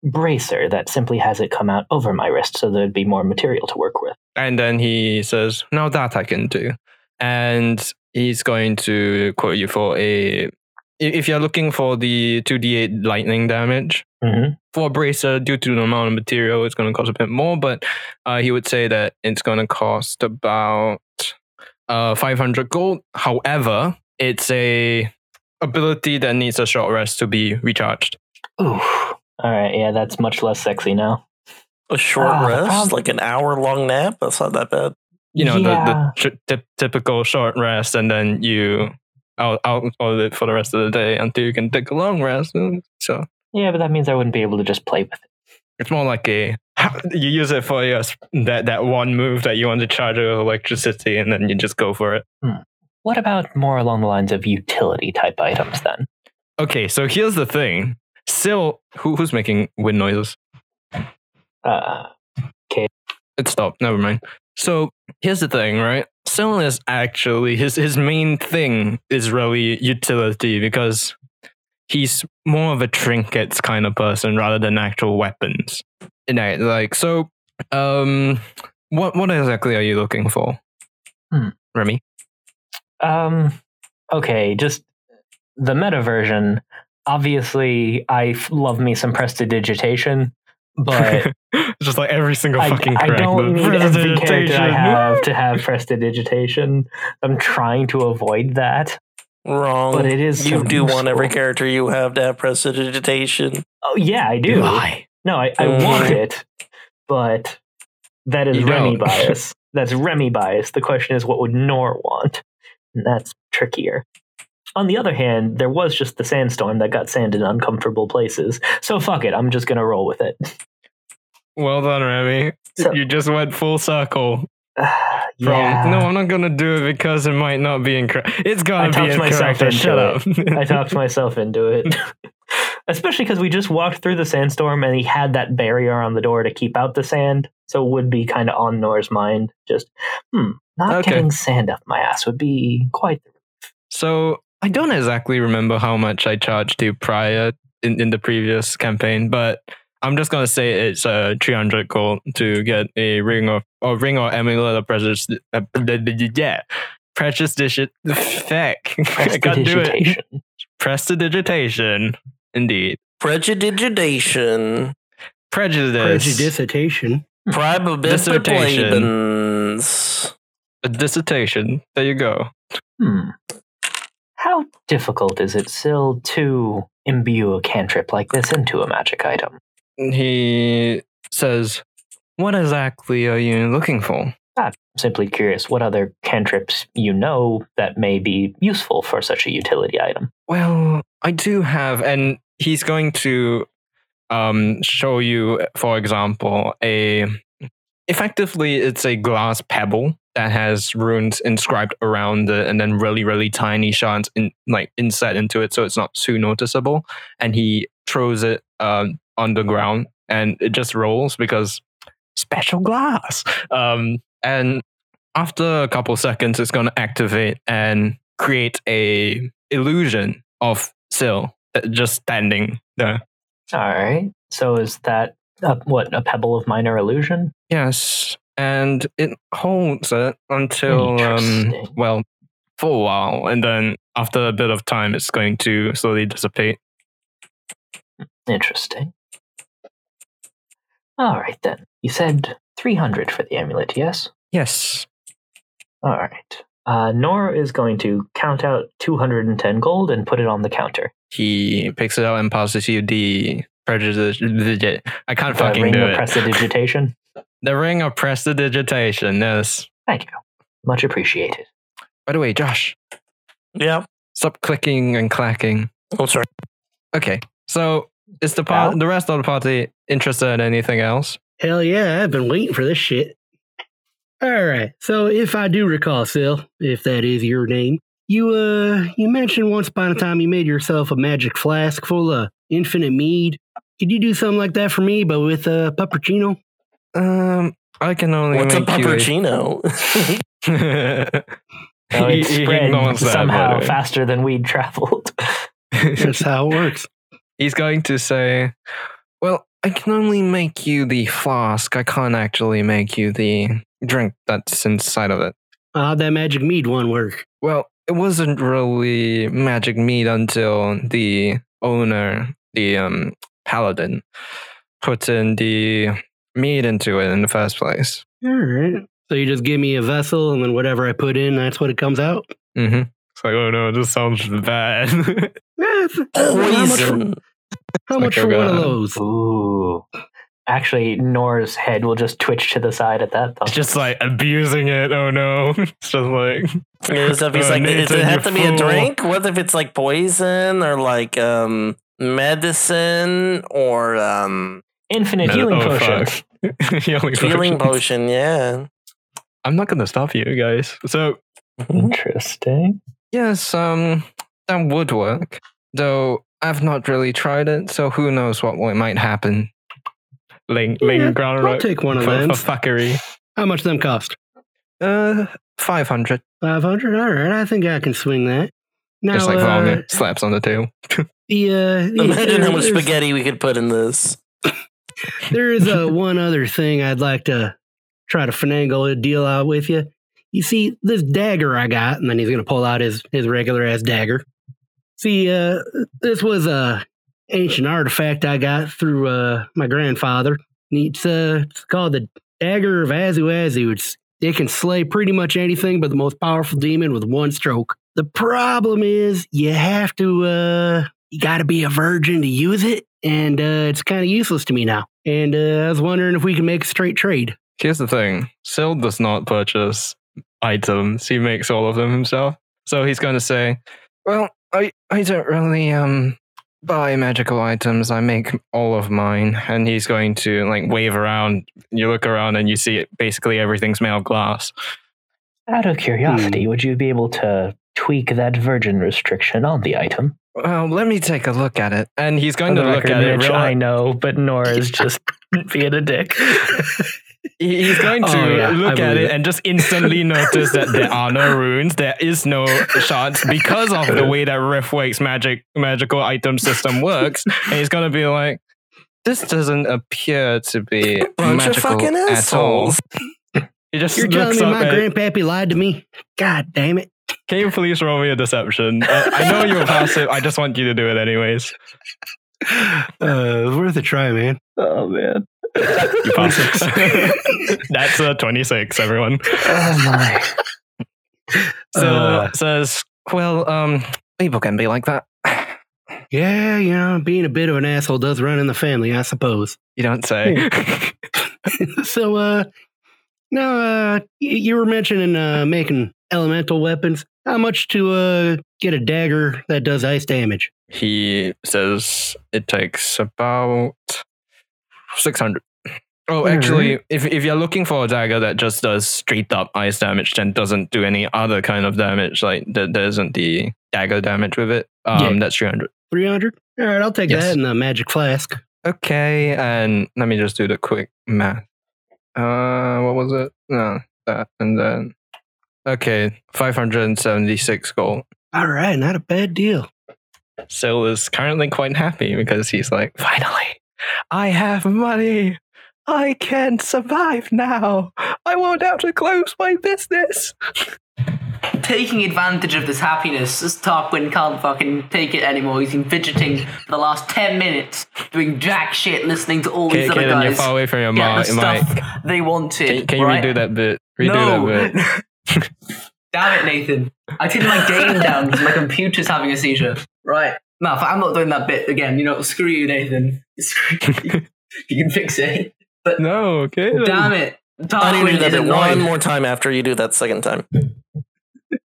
S6: bracer that simply has it come out over my wrist so there'd be more material to work with?
S2: And then he says, "Now that I can do," and he's going to quote you for a. i- If you're looking for the two d8 lightning damage,
S6: Mm-hmm.
S2: for a bracer, due to the amount of material, it's going to cost a bit more, but uh, he would say that it's going to cost about uh, 500 gold. However, it's a ability that needs a short rest to be recharged.
S6: Ooh. All right, yeah, that's much less sexy now.
S1: A short
S6: Ah, the
S1: rest,
S6: problem-
S1: like an hour long nap. That's not that bad.
S2: You know,
S6: Yeah.
S2: the, the tr- typ- typical short rest, and then you out, out of it for the rest of the day until you can take a long rest. So
S6: Yeah, but that means I wouldn't be able to just play with it.
S2: it's more like a you use it for your, s- that, that one move that you want to charge with electricity, and then you just go for it.
S6: What about more along the lines of utility type items then?
S2: Okay, so here's the thing. Still, who, who's making wind noises?
S6: Uh,
S2: It stopped. Never mind. So here's the thing, right? Sil is actually his his main thing is really utility because he's more of a trinkets kind of person rather than actual weapons. You know, like so. Um, what what exactly are you looking for,
S6: Hmm.
S2: Remy?
S6: Um, okay, just the meta version. Obviously, I f- love me some prestidigitation, but
S2: Just like every single
S6: I,
S2: fucking
S6: I
S2: crack.
S6: don't
S2: but
S6: need every character I
S2: prestidigitation.
S6: have to have prestidigitation. I'm trying to avoid that,
S1: Wrong.
S6: but it is
S1: you
S6: so
S1: do want every
S6: useful.
S1: character you have to have prestidigitation.
S6: Oh yeah, I do.
S5: I?
S6: No, I, I
S1: Mm.
S6: want it, but that is
S2: You
S6: Remy
S2: don't.
S6: bias. That's Remy bias. The question is, what would Nor want? And that's trickier. On the other hand, there was just the sandstorm that got sand in uncomfortable places. So fuck it, I'm just gonna roll with it.
S2: Well done, Remy.
S6: So-
S2: you just went full circle. From
S6: yeah.
S2: no, I'm not gonna do it because it might not be incorrect. It's
S6: I
S2: gonna be
S6: talked myself
S2: incorrect. but Shut up.
S6: into I talked myself into it. Especially because we just walked through the sandstorm and he had that barrier on the door to keep out the sand. So it would be kind of on Nor's mind. Just, hmm, not
S2: Okay.
S6: getting sand up my ass would be quite.
S2: So I don't exactly remember how much I charged you prior in, in the previous campaign, but I'm just gonna say it's a 300 gold to get a ring of or ring or amulet of precious. Uh, yeah, precious dish. Feck, I can't do it.
S6: prestidigitation.
S2: Prestidigitation, indeed.
S1: Prejudigitation.
S2: Prejudice.
S5: Prejudiciation.
S2: Dissertation.
S1: Pribabisplabins.
S2: A dissertation. There you go.
S6: Hmm. How difficult is it still to imbue a cantrip like this into a magic item?
S2: He says, "What exactly are you looking for?"
S6: I'm simply curious what other cantrips you know that may be useful for such a utility item.
S2: Well, I do have, and he's going to um, show you, for example, a effectively it's a glass pebble that has runes inscribed around it, and then really, really tiny shards in like inset into it, so it's not too noticeable. And he throws it um, on the ground, and it just rolls because special glass. Um, and after a couple seconds, it's going to activate and create a illusion of Syl uh, just standing there.
S6: All right. So is that a, what a pebble of minor illusion?
S2: Yes, and it holds it until um,
S6: Interesting.
S2: well for a while, and then after a bit of time, it's going to slowly dissipate.
S6: Interesting. All right then. You said three hundred for the amulet, yes?
S2: Yes.
S6: All right. Uh, Nora is going to count out two hundred and ten gold and put it on the counter.
S2: He picks it up and passes you the prejudice. I can't
S6: the
S2: fucking
S6: ring
S2: do
S6: of
S2: it.
S6: prestidigitation.
S2: the ring of prestidigitation. Yes.
S6: Thank you. Much appreciated.
S2: By the way, Josh,
S1: Yeah.
S2: stop clicking and clacking.
S1: I'm sorry.
S2: Okay. So is the par-
S6: Al?
S2: the rest of the party interested in anything else?
S5: Hell yeah, I've been waiting for this shit. All right. So if I do recall, Sil, if that is your name, you uh you mentioned once upon a time you made yourself a magic flask full of infinite mead. Could you do something like that for me, but with uh, puppuccino?
S2: Um, I can only
S1: What's a
S2: make you.
S1: puppuccino?
S2: a-
S6: Oh,
S2: He-
S6: it
S2: he
S6: spread
S2: ignores that, uh, by
S6: somehow
S2: the way.
S6: faster than we'd traveled.
S5: That's how it works.
S2: He's going to say, "Well, I can only make you the flask. I can't actually make you the drink that's inside of it."
S5: Uh, that magic mead one work.
S2: Well, it wasn't really magic meat until the owner, the um, paladin, put in the meat into it in the first place.
S5: All right. So you just give me a vessel, and then whatever I put in, that's what it comes out.
S2: Mm-hmm. It's like, oh no, this sounds bad.
S5: Yeah, it's- uh, how much, for,
S1: Poison.
S5: how much
S2: Like,
S5: for
S2: oh,
S5: one of
S2: God.
S5: those?
S6: Ooh. Actually, Nor's head will just twitch to the side at that. Thought.
S2: just like abusing it. Oh no. It's just like,
S1: Yeah, so if he's
S2: Uh,
S1: like, does
S2: Nathan,
S1: it have
S2: you
S1: to be a
S2: fool."
S1: drink? What if it's like poison or like um medicine or um
S6: Infinite
S2: "Oh,
S6: healing
S2: oh,
S6: potion.
S2: fuck." healing
S1: healing
S2: potion.
S1: potion? Yeah.
S2: I'm not going to stop you guys. So,
S6: Interesting.
S2: yes, um, that would work. Though I've not really tried it, so who knows what, what might happen. Ling, Ling,
S5: Yeah,
S2: ground
S5: I'll
S2: rope
S5: take one
S2: for,
S5: of
S2: for
S5: them.
S2: fuckery.
S5: How much them cost?
S2: Uh, 500.
S5: Five hundred. All right, I think I can swing that. Now,
S2: just like
S5: uh,
S2: vomit. Slaps on the tail.
S5: the, uh, the-
S1: Imagine how much
S5: there's-
S1: spaghetti we could put in this.
S5: There is uh, one other thing I'd like to try to finagle a deal out with you. You see, this dagger I got, and then he's going to pull out his, his regular ass dagger. See, uh, this was a ancient artifact I got through uh, my grandfather. It's, uh, it's called the Dagger of Azuazu. It's, it can slay pretty much anything but the most powerful demon with one stroke. The problem is you have to, uh, you got to be a virgin to use it, and uh, it's kind of useless to me now. And uh, I was wondering if we can make a straight trade.
S2: Here's the thing Syl does not purchase items, he makes all of them himself. So he's going to say, Well, I, I don't really um buy magical items, I make all of mine. And he's going to like wave around. You look around and you see it, basically everything's made of glass.
S6: Out of curiosity, would you be able to tweak that virgin restriction on the item?
S2: Well, let me take a look at it. And he's going
S6: For
S2: to
S6: the
S2: look
S6: record,
S2: at it.
S6: Mitch,
S2: reali-
S6: I know, but Nora is just being a dick.
S2: He- He's going to
S5: Oh, yeah, I
S2: look at
S5: believe
S2: it,
S5: it.
S2: and just instantly notice that there are no runes, there is no shards because of the way that Riftwake's magic magical item system works. And he's going to be like, "This doesn't appear to be
S1: Bunch of
S2: magical
S1: fucking
S2: at all."
S1: assholes.
S2: He just
S5: You're telling
S2: looks
S5: me
S2: up eh?
S5: my
S2: at-
S5: grandpappy lied to me? God damn it.
S2: Can you please roll me a deception? Uh, I know you'll pass it. I just want you to do it anyways.
S5: Uh, it's worth a try, man.
S6: oh man.
S2: You pass it. That's a twenty-six. Everyone.
S6: Oh my.
S2: So
S5: Uh.
S2: says, "Well, um, people can be like that."
S5: Yeah, you know, being a bit of an asshole does run in the family, I suppose.
S2: You don't say.
S5: Hmm. so, uh, now, uh, y- you were mentioning, uh, making elemental weapons. How much to, uh, get a dagger that does ice damage?
S2: He says it takes about 600. Oh, actually, if, if you're looking for a dagger that just does straight up ice damage and doesn't do any other kind of damage, like that there isn't the dagger damage with it, um,
S5: Yeah.
S2: that's 300.
S5: 300? All right, I'll take
S2: Yes.
S5: that and the magic flask.
S2: Okay, and let me just do the quick math. Uh, what was it? No, that and then. Okay, 576 gold.
S5: All right, not a bad deal.
S2: Syl is currently quite happy because he's like, finally, I have money. I can survive now. I won't have to close my business.
S3: Taking advantage of this happiness, this Tarquin can't fucking take it anymore. He's been fidgeting for the last 10 minutes, doing jack shit, listening to all these other
S2: Kaden, you're
S3: guys.
S2: far away from your
S3: Get the
S2: mic.
S3: stuff
S2: mic.
S3: they wanted.
S2: Can, can you
S3: right?
S2: redo that bit? Redo that bit.
S3: no. Damn it, Nathan. I turned my game down because my computer's having a seizure. Right. No, I'm not doing that bit again. You know, screw you, Nathan. Screw you. you can fix it.
S2: No, okay.
S3: Damn it.
S1: I need to
S3: Darwin
S1: do that
S3: is
S1: bit one
S3: annoyed.
S1: more time after you do that second time.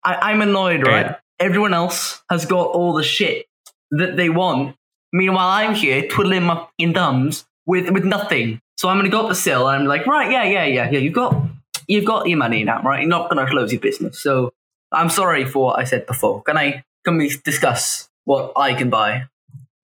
S3: I, I'm annoyed, right? Everyone else has got all the shit that they want. Meanwhile, I'm here twiddling my fucking thumbs with, with nothing. So I'm gonna go up the sill and I'm like, right, yeah, yeah, yeah, yeah. You've got you've got your money now, right? You're not gonna close your business. So I'm sorry for what I said before. Can I can we discuss what I can buy?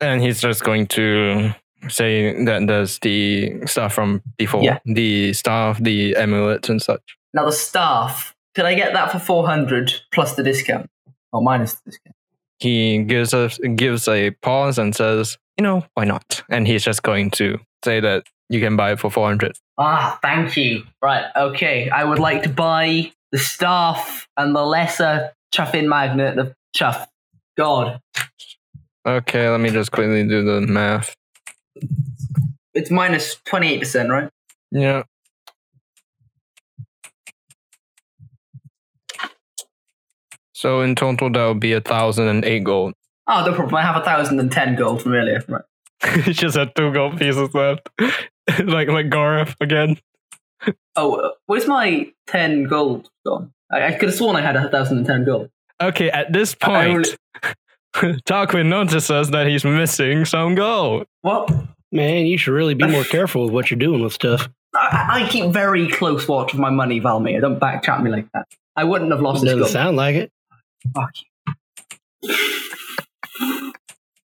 S2: And he's just going to say that there's the stuff from before,
S3: Yeah.
S2: the staff, the amulets and such.
S3: Now the staff, can I get that for four hundred plus the discount? Or minus the discount.
S2: he gives us gives a pause and says, "You know, why not?" And he's just going to say that you can buy it for four hundred.
S3: Ah, thank you. Right, okay. I would like to buy the staff and the lesser chuffin magnet, the chuff. God,
S2: Okay, let me just quickly do the math.
S3: it's minus 28%, right?
S2: Yeah. So in total, that would be a thousand and eight gold.
S3: Oh, no problem. I have 1,010 gold from earlier. Right.
S2: It's just had two gold pieces left, like like Gareth again.
S3: Oh, uh, where's my 10 gold gone? I, I could have sworn I had 1,010 gold.
S2: Okay, at this
S3: I- I only-
S2: point, Tarquin notices that he's missing some gold.
S3: What?
S5: Man, you should really be more careful with what you're doing with stuff.
S3: I, I keep very close watch of my money, Valmir. Don't backchat me like that. I wouldn't have lost this
S5: Doesn't
S3: gold.
S5: sound like it.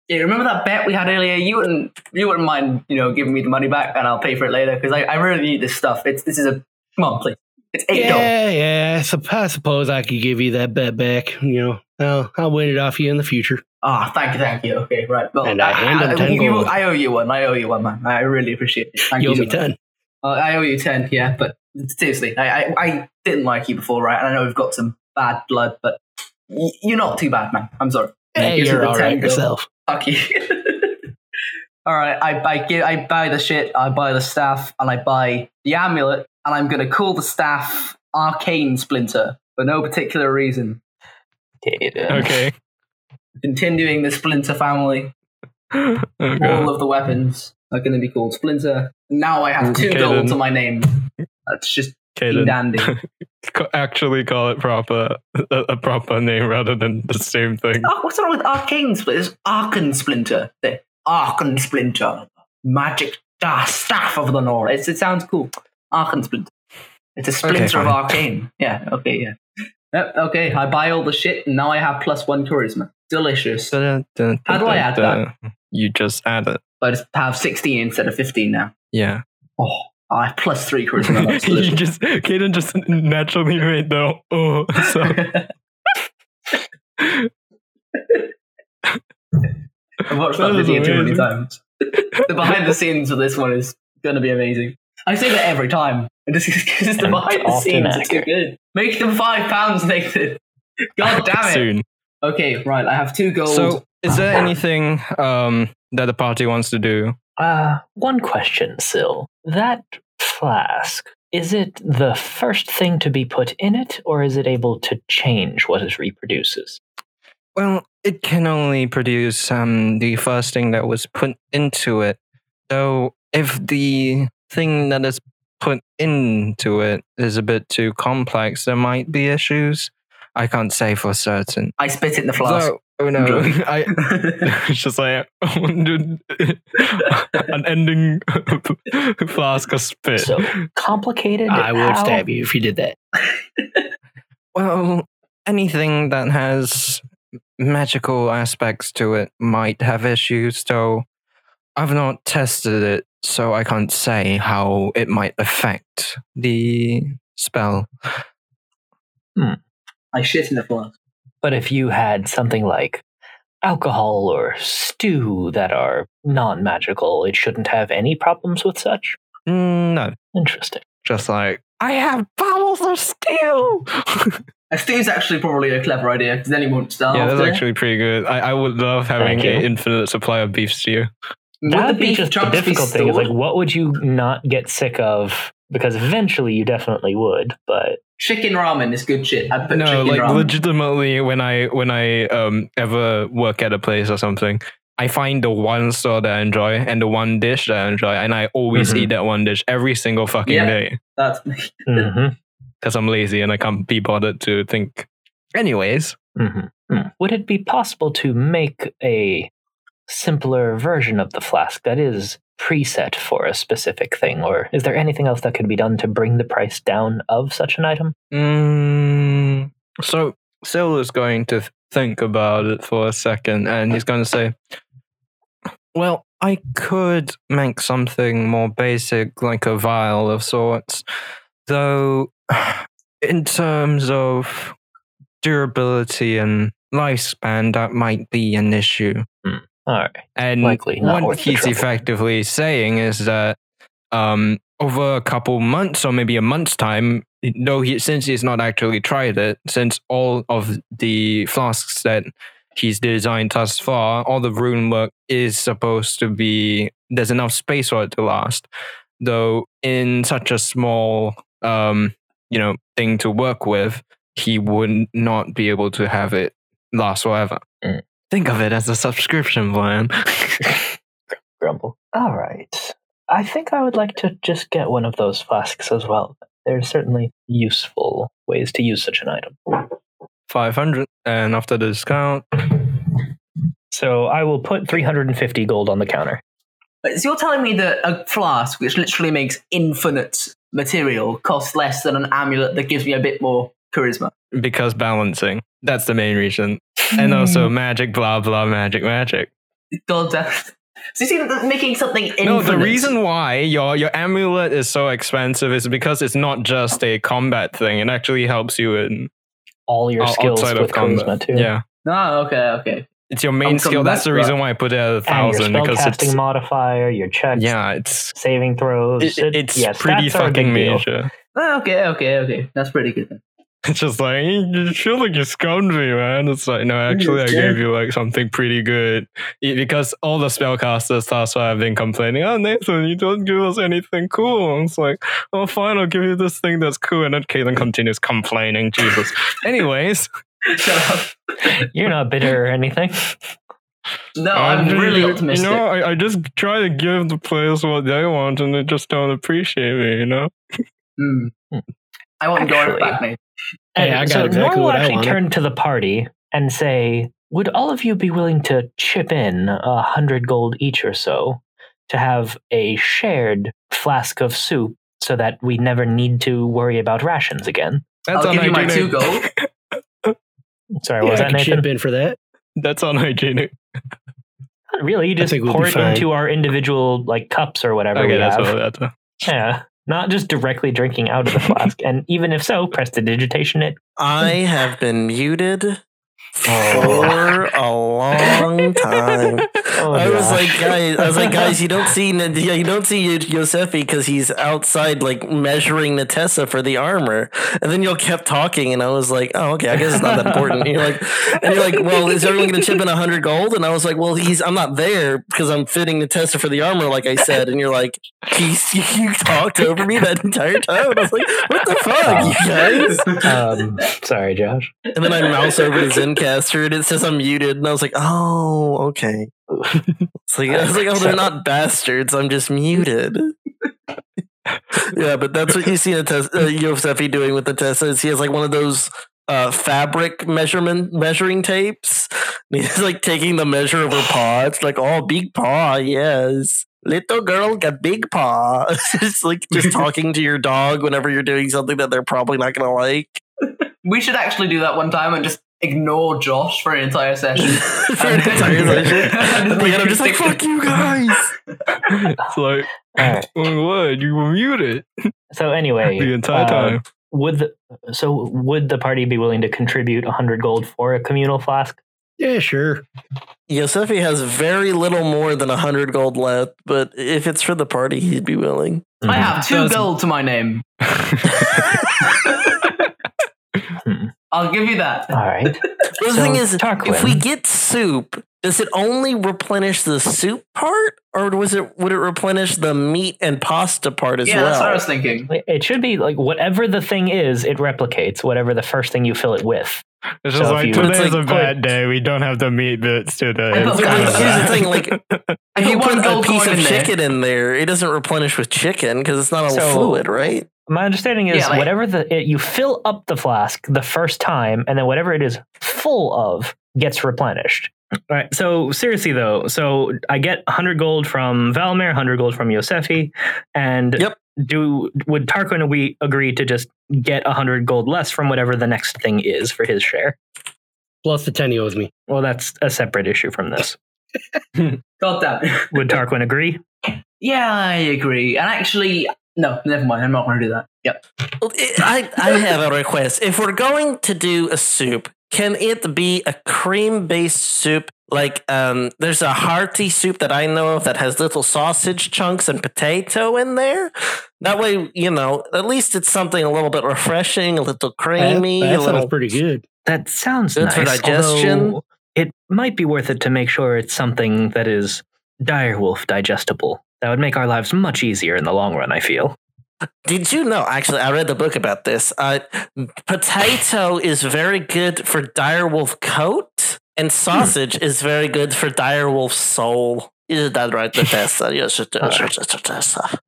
S3: Yeah, remember that bet we had earlier? You wouldn't, you wouldn't mind, you know, giving me the money back, and I'll pay for it later because I, I really need this stuff. It's this is a come on, please. It's eight dollars.
S5: Yeah, yeah. I sup- I suppose I could give you that bet back. You know, I'll, I'll win it off you in the future.
S3: Ah, thank you, thank you. Okay, right. Well,
S5: And I hand him 10
S3: you- you-
S5: gold.
S3: I owe you one. I owe you one, man. I really appreciate it. Thank
S5: You
S3: you.
S5: owe me
S3: so much.
S5: ten.
S3: Uh, I owe you ten. Yeah, but seriously, I, I I didn't like you before, right? And I know we've got some bad blood, but y- you're not too bad, man. I'm sorry.
S5: Hey,
S3: Here's
S5: you're
S3: the
S5: all
S3: 10
S5: right
S3: gold.
S5: yourself.
S3: Fuck you. all right, I, I, give, I buy the shit, I buy the staff, and I buy the amulet, and I'm going to call the staff Arcane Splinter for no particular reason.
S6: Data.
S2: Okay.
S3: Continuing the Splinter family,
S2: Oh, God.
S3: all of the weapons are going to be called Splinter. Now I have two
S2: Okay,
S3: gold
S2: then.
S3: to my name. That's just been
S2: Caden.
S3: dandy.
S2: Co- Actually, call it proper a, a proper name rather than the same thing.
S3: Oh, what's wrong with Arcane Splinter? It's Arcan Splinter. The Arcan Splinter. Magic da- Staff of the North. It's, it sounds cool. Arcan Splinter. It's a splinter of
S2: fine.
S3: Arcane. Yeah, okay, yeah. Yep, okay, I buy all the shit and now I have plus one charisma. Delicious.
S2: How do
S3: How do I add
S2: You just add it.
S3: I just have 16 instead of 15 now.
S2: Yeah.
S3: Oh, I have plus three charisma. That's
S2: you
S3: delicious.
S2: just Kaden just naturally made the oh so
S3: I've watched that,
S2: That is
S3: video too many
S2: amazing.
S3: times. the behind the scenes of this one is going to be amazing. I say that every time. And just because the
S6: And
S3: behind the
S6: often
S3: scenes is too good. Make them five pounds, Nathan. God damn it.
S2: soon.
S3: Okay, right. I have two gold.
S2: So is there anything um that the party wants to do?
S6: Uh, one question, Sil. That flask, is it the first thing to be put in it, or is it able to change what it reproduces?
S2: Well, it can only produce um, the first thing that was put into it. So if the thing that is put into it is a bit too complex, there might be issues. I can't say for certain.
S3: I spit in the flask.
S2: So, oh no,
S3: Blood.
S2: I. It's just like dude, an ending flask of spit.
S6: So complicated.
S5: I would
S6: How-
S5: stab you if you did that.
S2: Well, anything that has magical aspects to it might have issues, though I've not tested it, so I can't say how it might affect the spell.
S3: I shit in the flask.
S6: But if you had something like alcohol or stew that are non magical, it shouldn't have any problems with such.
S2: Mm, No,
S6: Interesting.
S2: just like, I have bowels of steel!
S3: A stew's actually probably a clever idea because then he won't starve.
S2: yeah, that's
S3: there.
S2: actually pretty good. I, I would love having
S6: Thank you.
S2: an infinite supply of beef stew.
S3: Would
S6: that
S3: the
S6: would be
S3: beef
S6: just the
S3: chunks be
S6: difficult thing. Is
S3: stored?
S6: like, what would you not get sick of? Because eventually you definitely would, but
S3: chicken ramen is good shit. I put
S2: no
S3: chicken
S2: like
S3: ramen.
S2: legitimately when i when i um ever work at a place or something i find the one store that i enjoy and the one dish that i enjoy and i always
S6: Mhm.
S2: eat that one dish every single fucking
S3: Yeah.
S2: day
S3: That's
S6: Mhm,
S2: because i'm lazy and i can't be bothered to think anyways
S6: mhm, mm. would it be possible to make a simpler version of the flask that is preset for a specific thing? Or is there anything else that could be done to bring the price down of such an item?
S2: Mm, so Sil is going to th- think about it for a second, and he's going to say, "Well, I could make something more basic, like a vial of sorts, though. In terms of durability and lifespan, that might be an issue.
S6: All right.
S2: And
S6: Likely not
S2: what
S6: worth the
S2: he's
S6: trouble.
S2: effectively saying is that um, over a couple months or maybe a month's time, though he, since he's not actually tried it, since all of the flasks that he's designed thus far, all the rune work is supposed to be there's enough space for it to last. Though in such a small um, you know, thing to work with, he would not be able to have it last forever.
S6: Mm.
S2: Think of it as a subscription plan.
S6: grumble. All right. I think I would like to just get one of those flasks as well. There are certainly useful ways to use such an item.
S2: 500 and after the discount
S6: So I will put 350 gold on the counter.
S3: Wait, So you're telling me that a flask, which literally makes infinite material, costs less than an amulet that gives me a bit more charisma?
S2: because balancing that's the main reason and
S6: Mm.
S2: also magic blah blah magic magic
S3: God damn. So you see, that making something infinite.
S2: no the reason why your your amulet is so expensive is because it's not just a combat thing it actually helps you in
S6: All your
S2: o-
S6: skills
S2: outside
S6: with
S2: of combat
S6: charisma too.
S2: yeah
S3: Oh, okay, okay.
S2: it's your
S3: coming
S2: main skill that's
S3: back
S2: the
S3: to
S2: reason why i put it at a
S6: And your
S2: thousand because
S6: spellcasting
S2: it's
S6: modifier, your checks,
S2: yeah it's
S6: saving throws.
S2: it,
S6: It-
S2: it's
S6: yes,
S2: pretty
S6: stats are a big
S2: fucking
S6: deal.
S2: major
S3: Oh, okay, okay, okay. That's pretty good then.
S2: It's just like you feel like you scummed me, man. It's like no, actually, I gave you like something pretty good Y- because all the spellcasters that's why I've been complaining. Oh, Nathan, you don't give us anything cool. And it's like, oh, fine, I'll give you this thing that's cool, and then Caitlin continues complaining. Jesus. Anyways,
S3: Shut up.
S6: You're not bitter or anything.
S3: No, I'm
S2: just-
S3: really
S2: um, You
S3: optimistic.
S2: know, I, I just try to give the players what they want, and they just don't appreciate me. You know.
S3: Hmm. I want Doric
S6: Actually-
S3: back, mate.
S5: Hey, I
S6: And
S5: got
S6: so
S5: exactly
S6: Norm will
S5: what I
S6: actually
S5: wanted.
S6: turn to the party and say, "Would all of you be willing to chip in a hundred gold each or so to have a shared flask of soup, so that we never need to worry about rations again?"
S3: I'll give you my two gold.
S6: Sorry, what
S5: Yeah,
S6: was
S5: I
S6: that
S5: can
S6: Nathan?
S5: chip in for that.
S2: That's unhygienic.
S6: Not really, you just
S5: think we'll
S6: pour
S5: be
S6: it
S5: fine.
S6: into our individual like cups or whatever
S2: Okay,
S6: we
S2: that's
S6: have.
S2: all. That's all.
S6: Yeah, not just directly drinking out of the flask. And even if so, press the digitation it.
S1: I have been muted
S2: Oh.
S1: for a long time.
S6: Oh,
S1: I was
S6: gosh.
S1: like, guys, I was like, guys, you don't see, N- yeah, you don't see Yo- Yosefi because he's outside, like measuring Natessa for the armor, and then y'all kept talking, and I was like, oh, okay, I guess it's not that important. And you're like, and you're like, well, is everyone going to chip in hundred gold? And I was like, well, he's, I'm not there because I'm fitting Natessa for the armor, like I said. And you're like, he's, you talked over me that entire time. And I was like, what the fuck, you guys?
S6: um, sorry, Josh.
S1: And then I mouse over to Zencaster and it says I'm muted. And I was like, oh, okay. It's like, I was like, oh, they're not bastards. I'm just muted. yeah, but that's what you see in a test, uh, Yosefi doing with the test. Is he has like one of those uh, fabric measurement measuring tapes. And he's like taking the measure of her paw. It's like, oh, big paw, yes. Little girl got big paw. it's like just talking to your dog whenever you're doing something that they're probably not going to like.
S3: We should actually do that one time and just ignore Josh for an entire session.
S1: for an entire session. And like, Oh I'm just like, fuck you guys.
S2: It's like,
S6: All right.
S2: oh, what? You were muted
S6: So anyway,
S2: the entire
S6: uh,
S2: time.
S6: would the, so would the party be willing to contribute 100 gold for a communal flask?
S5: Yeah, sure.
S1: Yosefi has very little more than 100 gold left, but if it's for the party, he'd be willing.
S3: I have two
S2: Does-
S3: gold to my name.
S6: Hmm.
S3: I'll give you that.
S6: All right.
S1: The
S6: So,
S1: thing is, if we
S6: Tarquin.
S1: get soup, does it only replenish the soup part, or was it would it replenish the meat and pasta part as
S3: yeah, that's what I
S1: well?
S3: was thinking.
S6: It should be like whatever the thing is, it replicates whatever the first thing you fill it with.
S2: It's
S6: So
S2: just
S6: if
S2: like,
S6: you-
S2: today's
S1: It's
S2: a
S1: like,
S2: bad day. We don't have the meat bits today.
S3: I thought
S2: It's
S3: we
S2: kind
S3: were-
S2: of
S1: here's the
S2: bad.
S1: thing, like,
S3: If
S1: If
S3: you
S1: you
S3: want
S1: put a
S3: gold
S1: piece
S3: coin
S1: of
S3: in there,
S1: chicken in there, it doesn't replenish with chicken because it's not all
S6: So-
S1: fluid, right?
S6: My understanding is
S3: Yeah, like-
S6: whatever the it, you fill up the flask the first time, and then whatever it is full of gets replenished. All right. So seriously though, so I get 100 gold from Valmir, 100 gold from Yosefi, and
S1: Yep.
S6: do would Tarquin and we agree to just get 100 gold less from whatever the next thing is for his share?
S5: Plus the ten he owes me.
S6: Well, that's a separate issue from this.
S3: God damn.
S6: Would Tarquin agree?
S3: Yeah, I agree. And actually, no, never mind. I'm not going to do that. Yep.
S1: Well, I, I I have a request. If we're going to do a soup, can it be a cream based soup? Like, um, there's a hearty soup that I know of that has little sausage chunks and potato in there. That way, you know, at least it's something a little bit refreshing, a little creamy,
S5: that
S1: a
S5: sounds
S1: little.
S5: pretty good.
S6: That sounds
S1: Good for
S6: nice,
S1: digestion.
S6: although It might be worth it to make sure it's something that is direwolf digestible. That would make our lives much easier in the long run. I feel.
S1: Did you know? Actually, I read the book about this. Uh, potato is very good for direwolf coat, and sausage is very good for direwolf soul. Is that right, Bethesda? yes, it is. Yes, it's Bethesda.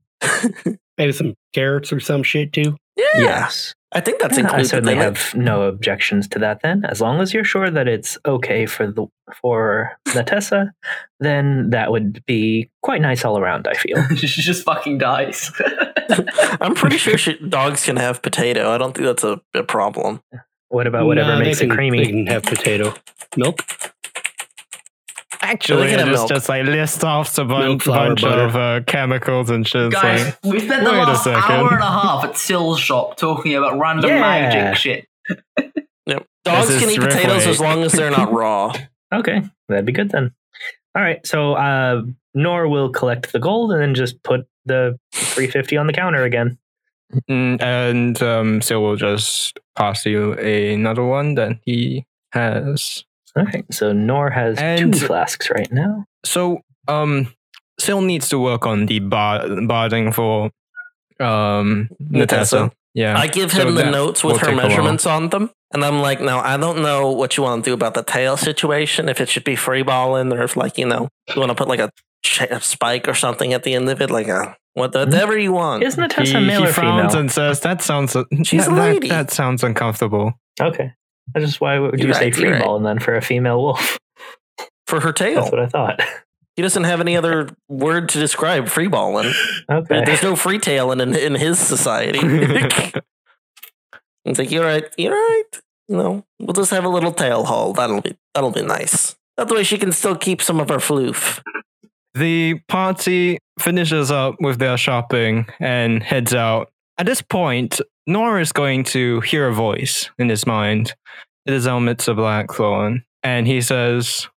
S5: Maybe some carrots or some shit too.
S1: Yeah,
S6: Yes,
S1: I think that's
S6: Yeah, I
S1: included.
S6: certainly
S1: in it.
S6: have no objections to that. Then, as long as you're sure that it's okay for the for Natessa, then that would be quite nice all around. I feel.
S3: she just fucking dies.
S1: I'm pretty sure she, dogs can have potato. I don't think that's a, a problem.
S6: What about whatever
S5: Nah, they
S6: makes it
S5: can-
S6: creamy?
S5: They can have potato. Milk.
S2: Actually,
S1: Look at
S2: it
S1: the
S2: is
S1: milk.
S2: just like list off a
S5: Milk,
S2: bunch,
S5: flour,
S2: bunch
S5: butter.
S2: of uh, chemicals and shit. It's
S3: Guys,
S2: like,
S3: we spent the
S2: Wait a
S3: last
S2: second.
S3: hour and a half at Sill's shop talking about random
S6: Yeah.
S3: magic shit.
S1: Yep. Dogs
S2: This
S1: can
S2: is
S1: eat potatoes
S2: Ripley.
S1: as long as they're not raw.
S6: Okay, that'd be good then. All right, so uh, Nor will collect the gold and then just put the 350 on the counter again.
S2: mm, and um, so we'll just pass you another one that he has.
S6: All right. So Nor has
S2: And-
S6: two flasks right now.
S2: So um, still needs to work on the bar- barding for um Natessa.
S1: Natessa.
S2: Yeah,
S1: I give
S2: So
S1: him the
S2: that
S1: notes with
S2: will
S1: her
S2: take a while.
S1: measurements on them, and I'm like, now I don't know what you want to do about the tail situation. If it should be free balling, or if like you know you want to put like a, ch- a spike or something at the end of it, like a what, whatever you want.
S6: Is
S2: he,
S6: Natessa male
S2: he
S6: or
S2: frowns
S6: female?
S2: and says, "That sounds
S1: She's
S2: that,
S1: a
S2: that-
S1: lady.
S2: That, sounds uncomfortable."
S6: Okay. That's just why would you
S1: You're
S6: say
S1: right,
S6: free
S1: you're right.
S6: ball and then for a female wolf?
S1: for her
S6: That's
S1: tail.
S6: what I thought.
S1: He doesn't have any other word to describe free balling. There-
S6: Okay.
S1: There's no free tailing in, in his society. it's like you're right, you're right. No, we'll just have a little tail haul. That'll be that'll be nice. That way she can still keep some of her floof.
S2: The party finishes up with their shopping and heads out. At this point, Nora is going to hear a voice in his mind. It is Elmitza Blackthorn, and he says,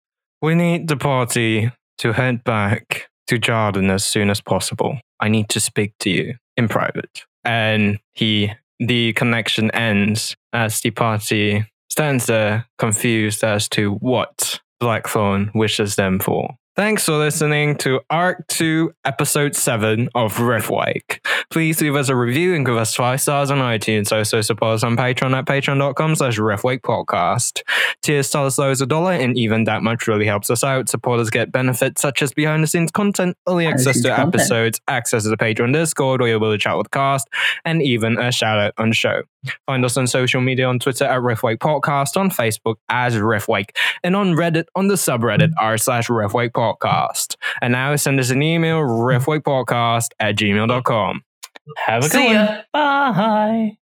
S2: "We need the party to head back to Jarden as soon as possible. I need to speak to you in private." And he, the connection ends as the party stands there confused as to what Blackthorn wishes them for. Thanks for listening to Arc 2, Episode 7 of Revwake. Please leave us a review and give us five stars on iTunes. Also support us on Patreon at patreon.com slash Revwake Podcast. Tiers start as low as a dollar, and even that much really helps us out. Supporters get benefits such as behind the scenes content, early access
S3: Behind-the-scenes
S2: to
S3: content.
S2: episodes, access to the Patreon Discord, where you'll be able to chat with the cast, and even a shout out on the show. Find us on social media on Twitter at Riffwake Podcast, on Facebook as Riffwake, and on Reddit on the subreddit r slash Riffwake Podcast. And now send us an email, riffwakepodcast at gmail.com.
S6: Have a good
S3: See
S6: one.
S3: ya.
S6: Bye.